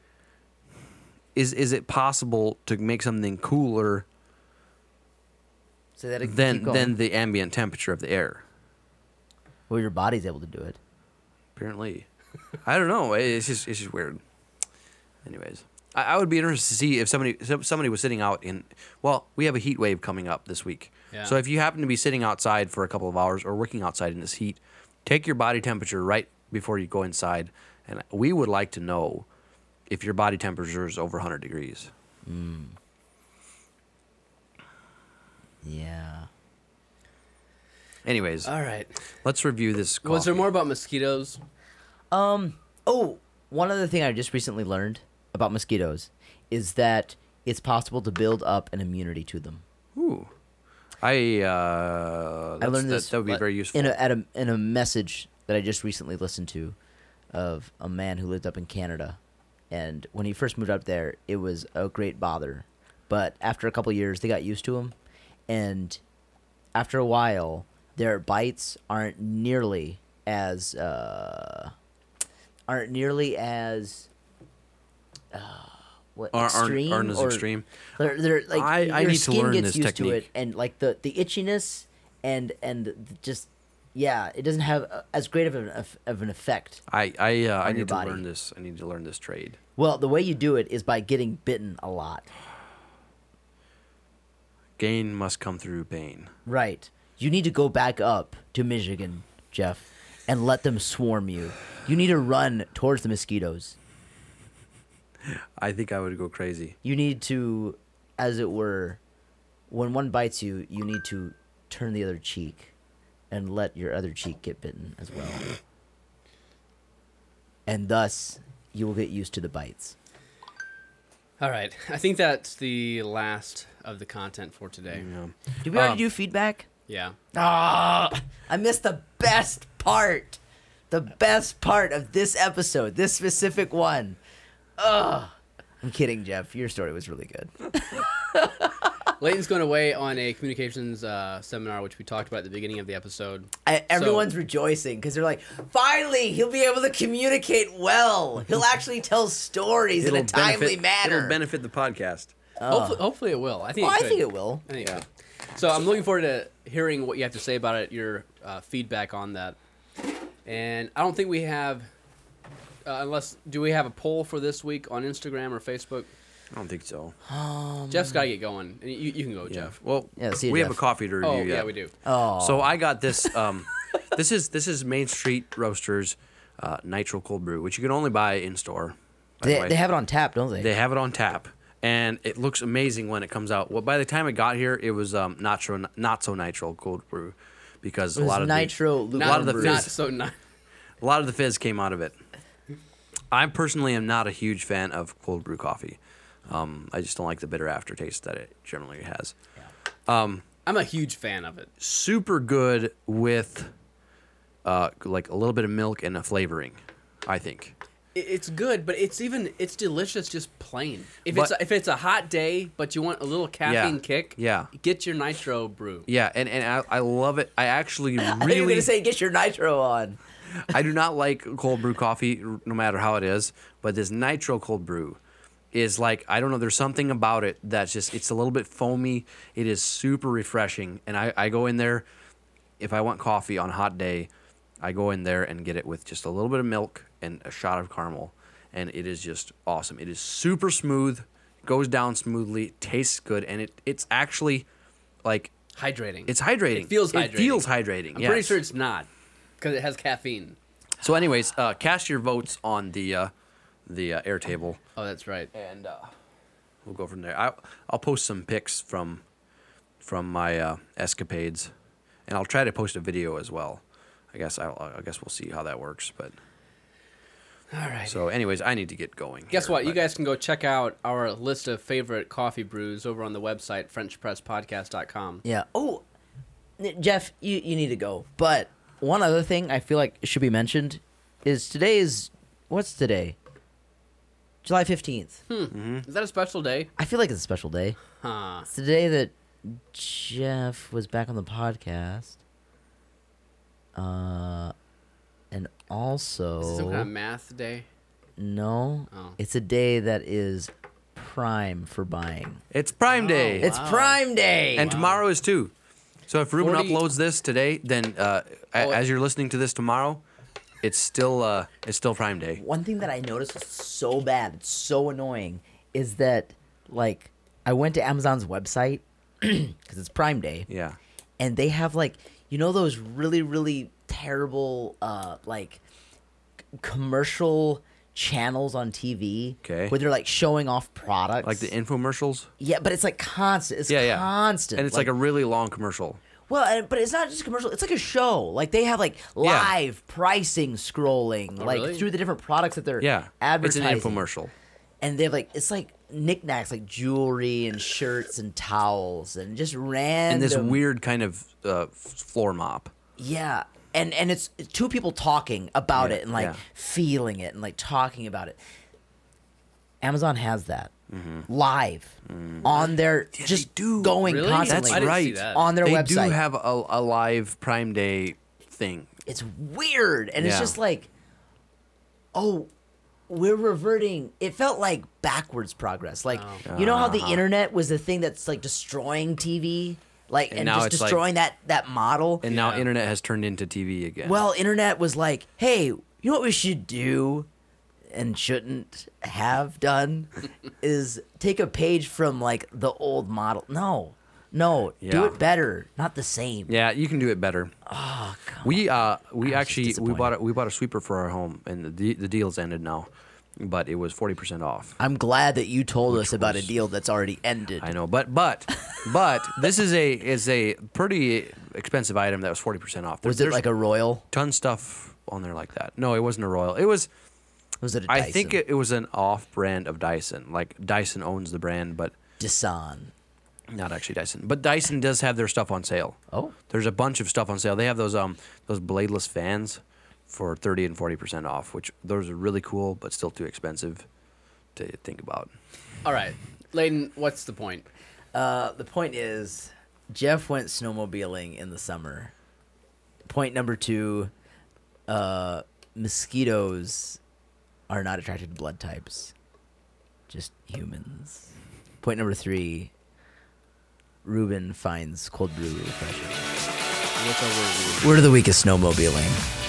S5: Is is it possible to make something cooler
S6: So that it
S5: than
S6: keep going.
S5: than the ambient temperature of the air?
S6: well, your body's able to do it.
S5: Apparently, <laughs> I don't know. It's just it's just weird. Anyways, I, I would be interested to see if somebody some- somebody was sitting out in. Well, we have a heat wave coming up this week,
S4: Yeah.
S5: so if you happen to be sitting outside for a couple of hours or working outside in this heat, take your body temperature right before you go inside, and we would like to know if your body temperature is over 100 degrees.
S6: Yeah.
S5: Anyways,
S6: Uh,
S4: All right.
S5: let's review this. Coffee.
S4: Was there more about mosquitoes?
S6: Oh, one other thing I just recently learned about mosquitoes is that it's possible to build up an immunity to them.
S5: Ooh. I uh,
S6: I
S5: that's-
S6: learned
S5: that,
S6: this
S5: That would be
S6: like,
S5: very useful.
S6: in a, at a in a message that I just recently listened to of a man who lived up in Canada, and when he first moved up there, it was a great bother, but after a couple years, they got used to him, and after a while, their bites aren't nearly as uh, aren't nearly as uh, what
S5: Aren't- aren't-
S6: extreme
S5: aren't as
S6: or-
S5: extreme.
S6: They're, they're like
S5: I- I
S6: your
S5: need to
S6: skin
S5: learn
S6: gets
S5: this
S6: used to it,
S5: technique.
S6: and like the the itchiness and and the- just yeah, it doesn't have uh, as great of an eff- of an effect.
S5: I I uh, I
S6: your
S5: need to
S6: body.
S5: learn this. I need to learn this trade.
S6: Well, the way you do it is by getting bitten a lot.
S5: gain must come through pain.
S6: Right. You need to go back up to Michigan, Jeff, and let them swarm you. You need to run towards the mosquitoes.
S5: I think I would go crazy.
S6: You need to, as it were, when one bites you, you need to turn the other cheek and let your other cheek get bitten as well. And thus, you will get used to the bites.
S4: All right. <laughs> I think that's the last of the content for today.
S5: Yeah.
S6: Did we already
S5: Um,
S6: do feedback?
S4: Yeah.
S6: I missed the best part. The best part of this episode, this specific one. Ugh. I'm kidding, Jeff. Your story was really good.
S4: Layton's going away on a communications uh, seminar, which we talked about at the beginning of the episode.
S6: I, everyone's rejoicing because they're like, finally, he'll be able to communicate well.
S5: <laughs>
S6: He'll actually tell stories in a timely
S5: benefit,
S6: manner.
S5: It'll benefit the podcast.
S4: Hopefully, hopefully it will. I think.
S6: well,
S4: it
S6: I
S4: could.
S6: think it will.
S4: I think it will. So I'm looking forward to hearing what you have to say about it, your uh, feedback on that. And I don't think we have, uh, unless do we have a poll for this week on Instagram or Facebook?
S5: I don't think so.
S4: Jeff's got to get going. You, you can go,
S5: Yeah.
S4: Jeff.
S5: Well,
S6: Yeah, see you,
S5: we have
S6: Jeff.
S5: a coffee to review.
S4: Oh yeah,
S5: yet.
S4: we do.
S6: Oh,
S5: So I got this.
S6: <laughs>
S5: Um, this is this is Main Street Roasters uh, Nitro Cold Brew, which you can only buy in store. by the
S6: they,
S5: way.
S6: they have it on tap, don't they?
S5: They have it on tap, and it looks amazing when it comes out. Well, by the time it got here, it was um, not so not so nitro cold brew, because a
S6: was
S5: lot of
S6: nitro
S5: the,
S6: lukewarm
S5: a lot of the
S6: brew.
S4: Not
S5: fizz,
S4: so not.
S5: a lot of the fizz came out of it. I personally am not a huge fan of cold brew coffee. Um, I just don't like the bitter aftertaste that it generally has.
S4: I'm a huge fan of it.
S5: Super good with, uh, like a little bit of milk and a flavoring, I think.
S4: It- It's good, but it's even it's delicious just plain. If it's
S5: But-
S4: if it's a hot day, but you want a little caffeine kick,
S5: yeah.
S4: get your nitro brew.
S5: Yeah, and, and I, I love it. I actually
S6: <laughs> I think you're
S5: really
S6: gonna say get your nitro on.
S5: I do not like cold brew coffee, r- no matter how it is. But this nitro cold brew is like I don't know. There's something about it that's just it's a little bit foamy. It is super refreshing, and I, I go in there if I want coffee on a hot day. I go in there and get it with just a little bit of milk and a shot of caramel, and it is just awesome. It is super smooth, goes down smoothly, tastes good, and it it's actually like
S4: Hydrating.
S5: it's hydrating.
S4: It feels hydrating.
S5: It feels hydrating.
S4: I'm pretty
S5: yes.
S4: sure it's not because it has caffeine.
S5: So, anyways, uh, cast your votes on the uh, the uh, Airtable,
S4: Oh, that's right.
S5: and uh, we'll go from there. I, I'll post some pics from from my uh, escapades, and I'll try to post a video as well. I guess I'll, uh, I guess we'll see how that works. But
S4: All right.
S5: so, anyways, I need to get going.
S4: Guess
S5: here,
S4: what? You
S5: but-
S4: guys can go check out our list of favorite coffee brews over on the website frenchpresspodcast.com.
S6: Yeah. Oh, N- Jeff, you, you need to go. But one other thing I feel like should be mentioned is today's what's today? July fifteenth.
S4: Is that a special day?
S6: I feel like it's a special day.
S4: Huh.
S6: It's the day that Jeff was back on the podcast. Uh,
S4: Is it some kind
S6: and
S4: of
S6: also
S4: math day?
S6: no,
S4: Oh.
S6: it's a day that is prime for buying.
S5: It's
S4: Oh,
S5: Prime Day,
S6: It's Prime Day.
S5: and tomorrow is too. So if Ruben
S4: 40
S5: uploads this today, then uh, a-
S4: Oh, it-
S5: as you're listening to this tomorrow, it's still uh, it's still Prime Day.
S6: one thing that I noticed was so bad, it's so annoying, is that like I went to Amazon's website <clears throat> because it's Prime Day,
S5: Yeah.
S6: and they have like you know those really really terrible uh like c- commercial channels on TV
S5: Okay.
S6: where they're like showing off products,
S5: Like the infomercials.
S6: yeah, but it's like constant, it's
S5: Yeah, yeah.
S6: constant,
S5: And it's like, a really long commercial.
S6: Well, and, but it's not just commercial. It's like a show. Like they have like live pricing scrolling, like
S4: really?
S6: through the different products that they're
S5: Oh, Yeah.
S6: advertising.
S5: It's an infomercial.
S6: And they have like it's like knickknacks, like jewelry and shirts and towels and just random.
S5: And this weird kind of uh, f- floor mop.
S6: yeah. And and it's two people talking about
S5: Yeah,
S6: it and like
S5: yeah.
S6: feeling it and like talking about it. Amazon has that
S5: Mm-hmm.
S6: live on their just
S5: do.
S6: going
S4: Really?
S6: constantly
S5: That's
S4: I didn't see
S5: right.
S4: that.
S6: on their
S5: they
S6: website.
S5: do have a, a live Prime Day thing.
S6: it's weird and it's
S5: Yeah.
S6: just like oh we're reverting it felt like backwards progress like
S5: Oh.
S6: you know how the
S5: Uh-huh.
S6: internet was the thing that's like destroying tv like and,
S5: now
S6: just
S5: it's like-
S6: destroying that that model
S5: And now
S4: Yeah.
S5: internet has turned into TV again.
S6: well internet was like hey you know what we should do and shouldn't
S5: <laughs>
S6: have done is take a page from like the old model no No, do
S5: Yeah.
S6: it better, not the same.
S5: Yeah, you can do it better.
S6: Ah,
S5: we uh we
S6: I was
S5: actually we
S6: disappointed.
S5: bought a, we bought a sweeper for our home, and the de- the deal's ended now, but it was forty percent off.
S6: I'm glad that you told us about a deal that's already ended.
S5: I know, but
S6: <laughs>
S5: but but this is a is a pretty expensive item that was forty percent off. There-
S6: Was it
S5: there's
S6: like a Royal?
S5: ton stuff on there like that? No, it wasn't a Royal. It was
S6: Was it a
S5: I think
S6: Dyson?
S5: it, it was an off brand of Dyson. Like Dyson owns the brand, but
S6: Dyson.
S5: not actually Dyson. But Dyson does have their stuff on sale.
S6: Oh.
S5: There's a bunch of stuff on sale. They have those um those bladeless fans for 30 and 40% off, which those are really cool but still too expensive to think about.
S4: All right, Layden, what's the point?
S6: Uh, the point is, Jeff went snowmobiling in the summer. Point number two, uh, mosquitoes are not attracted to blood types, just humans. Point number three, Ruben finds cold brew refreshing. Word of the week is snowmobiling.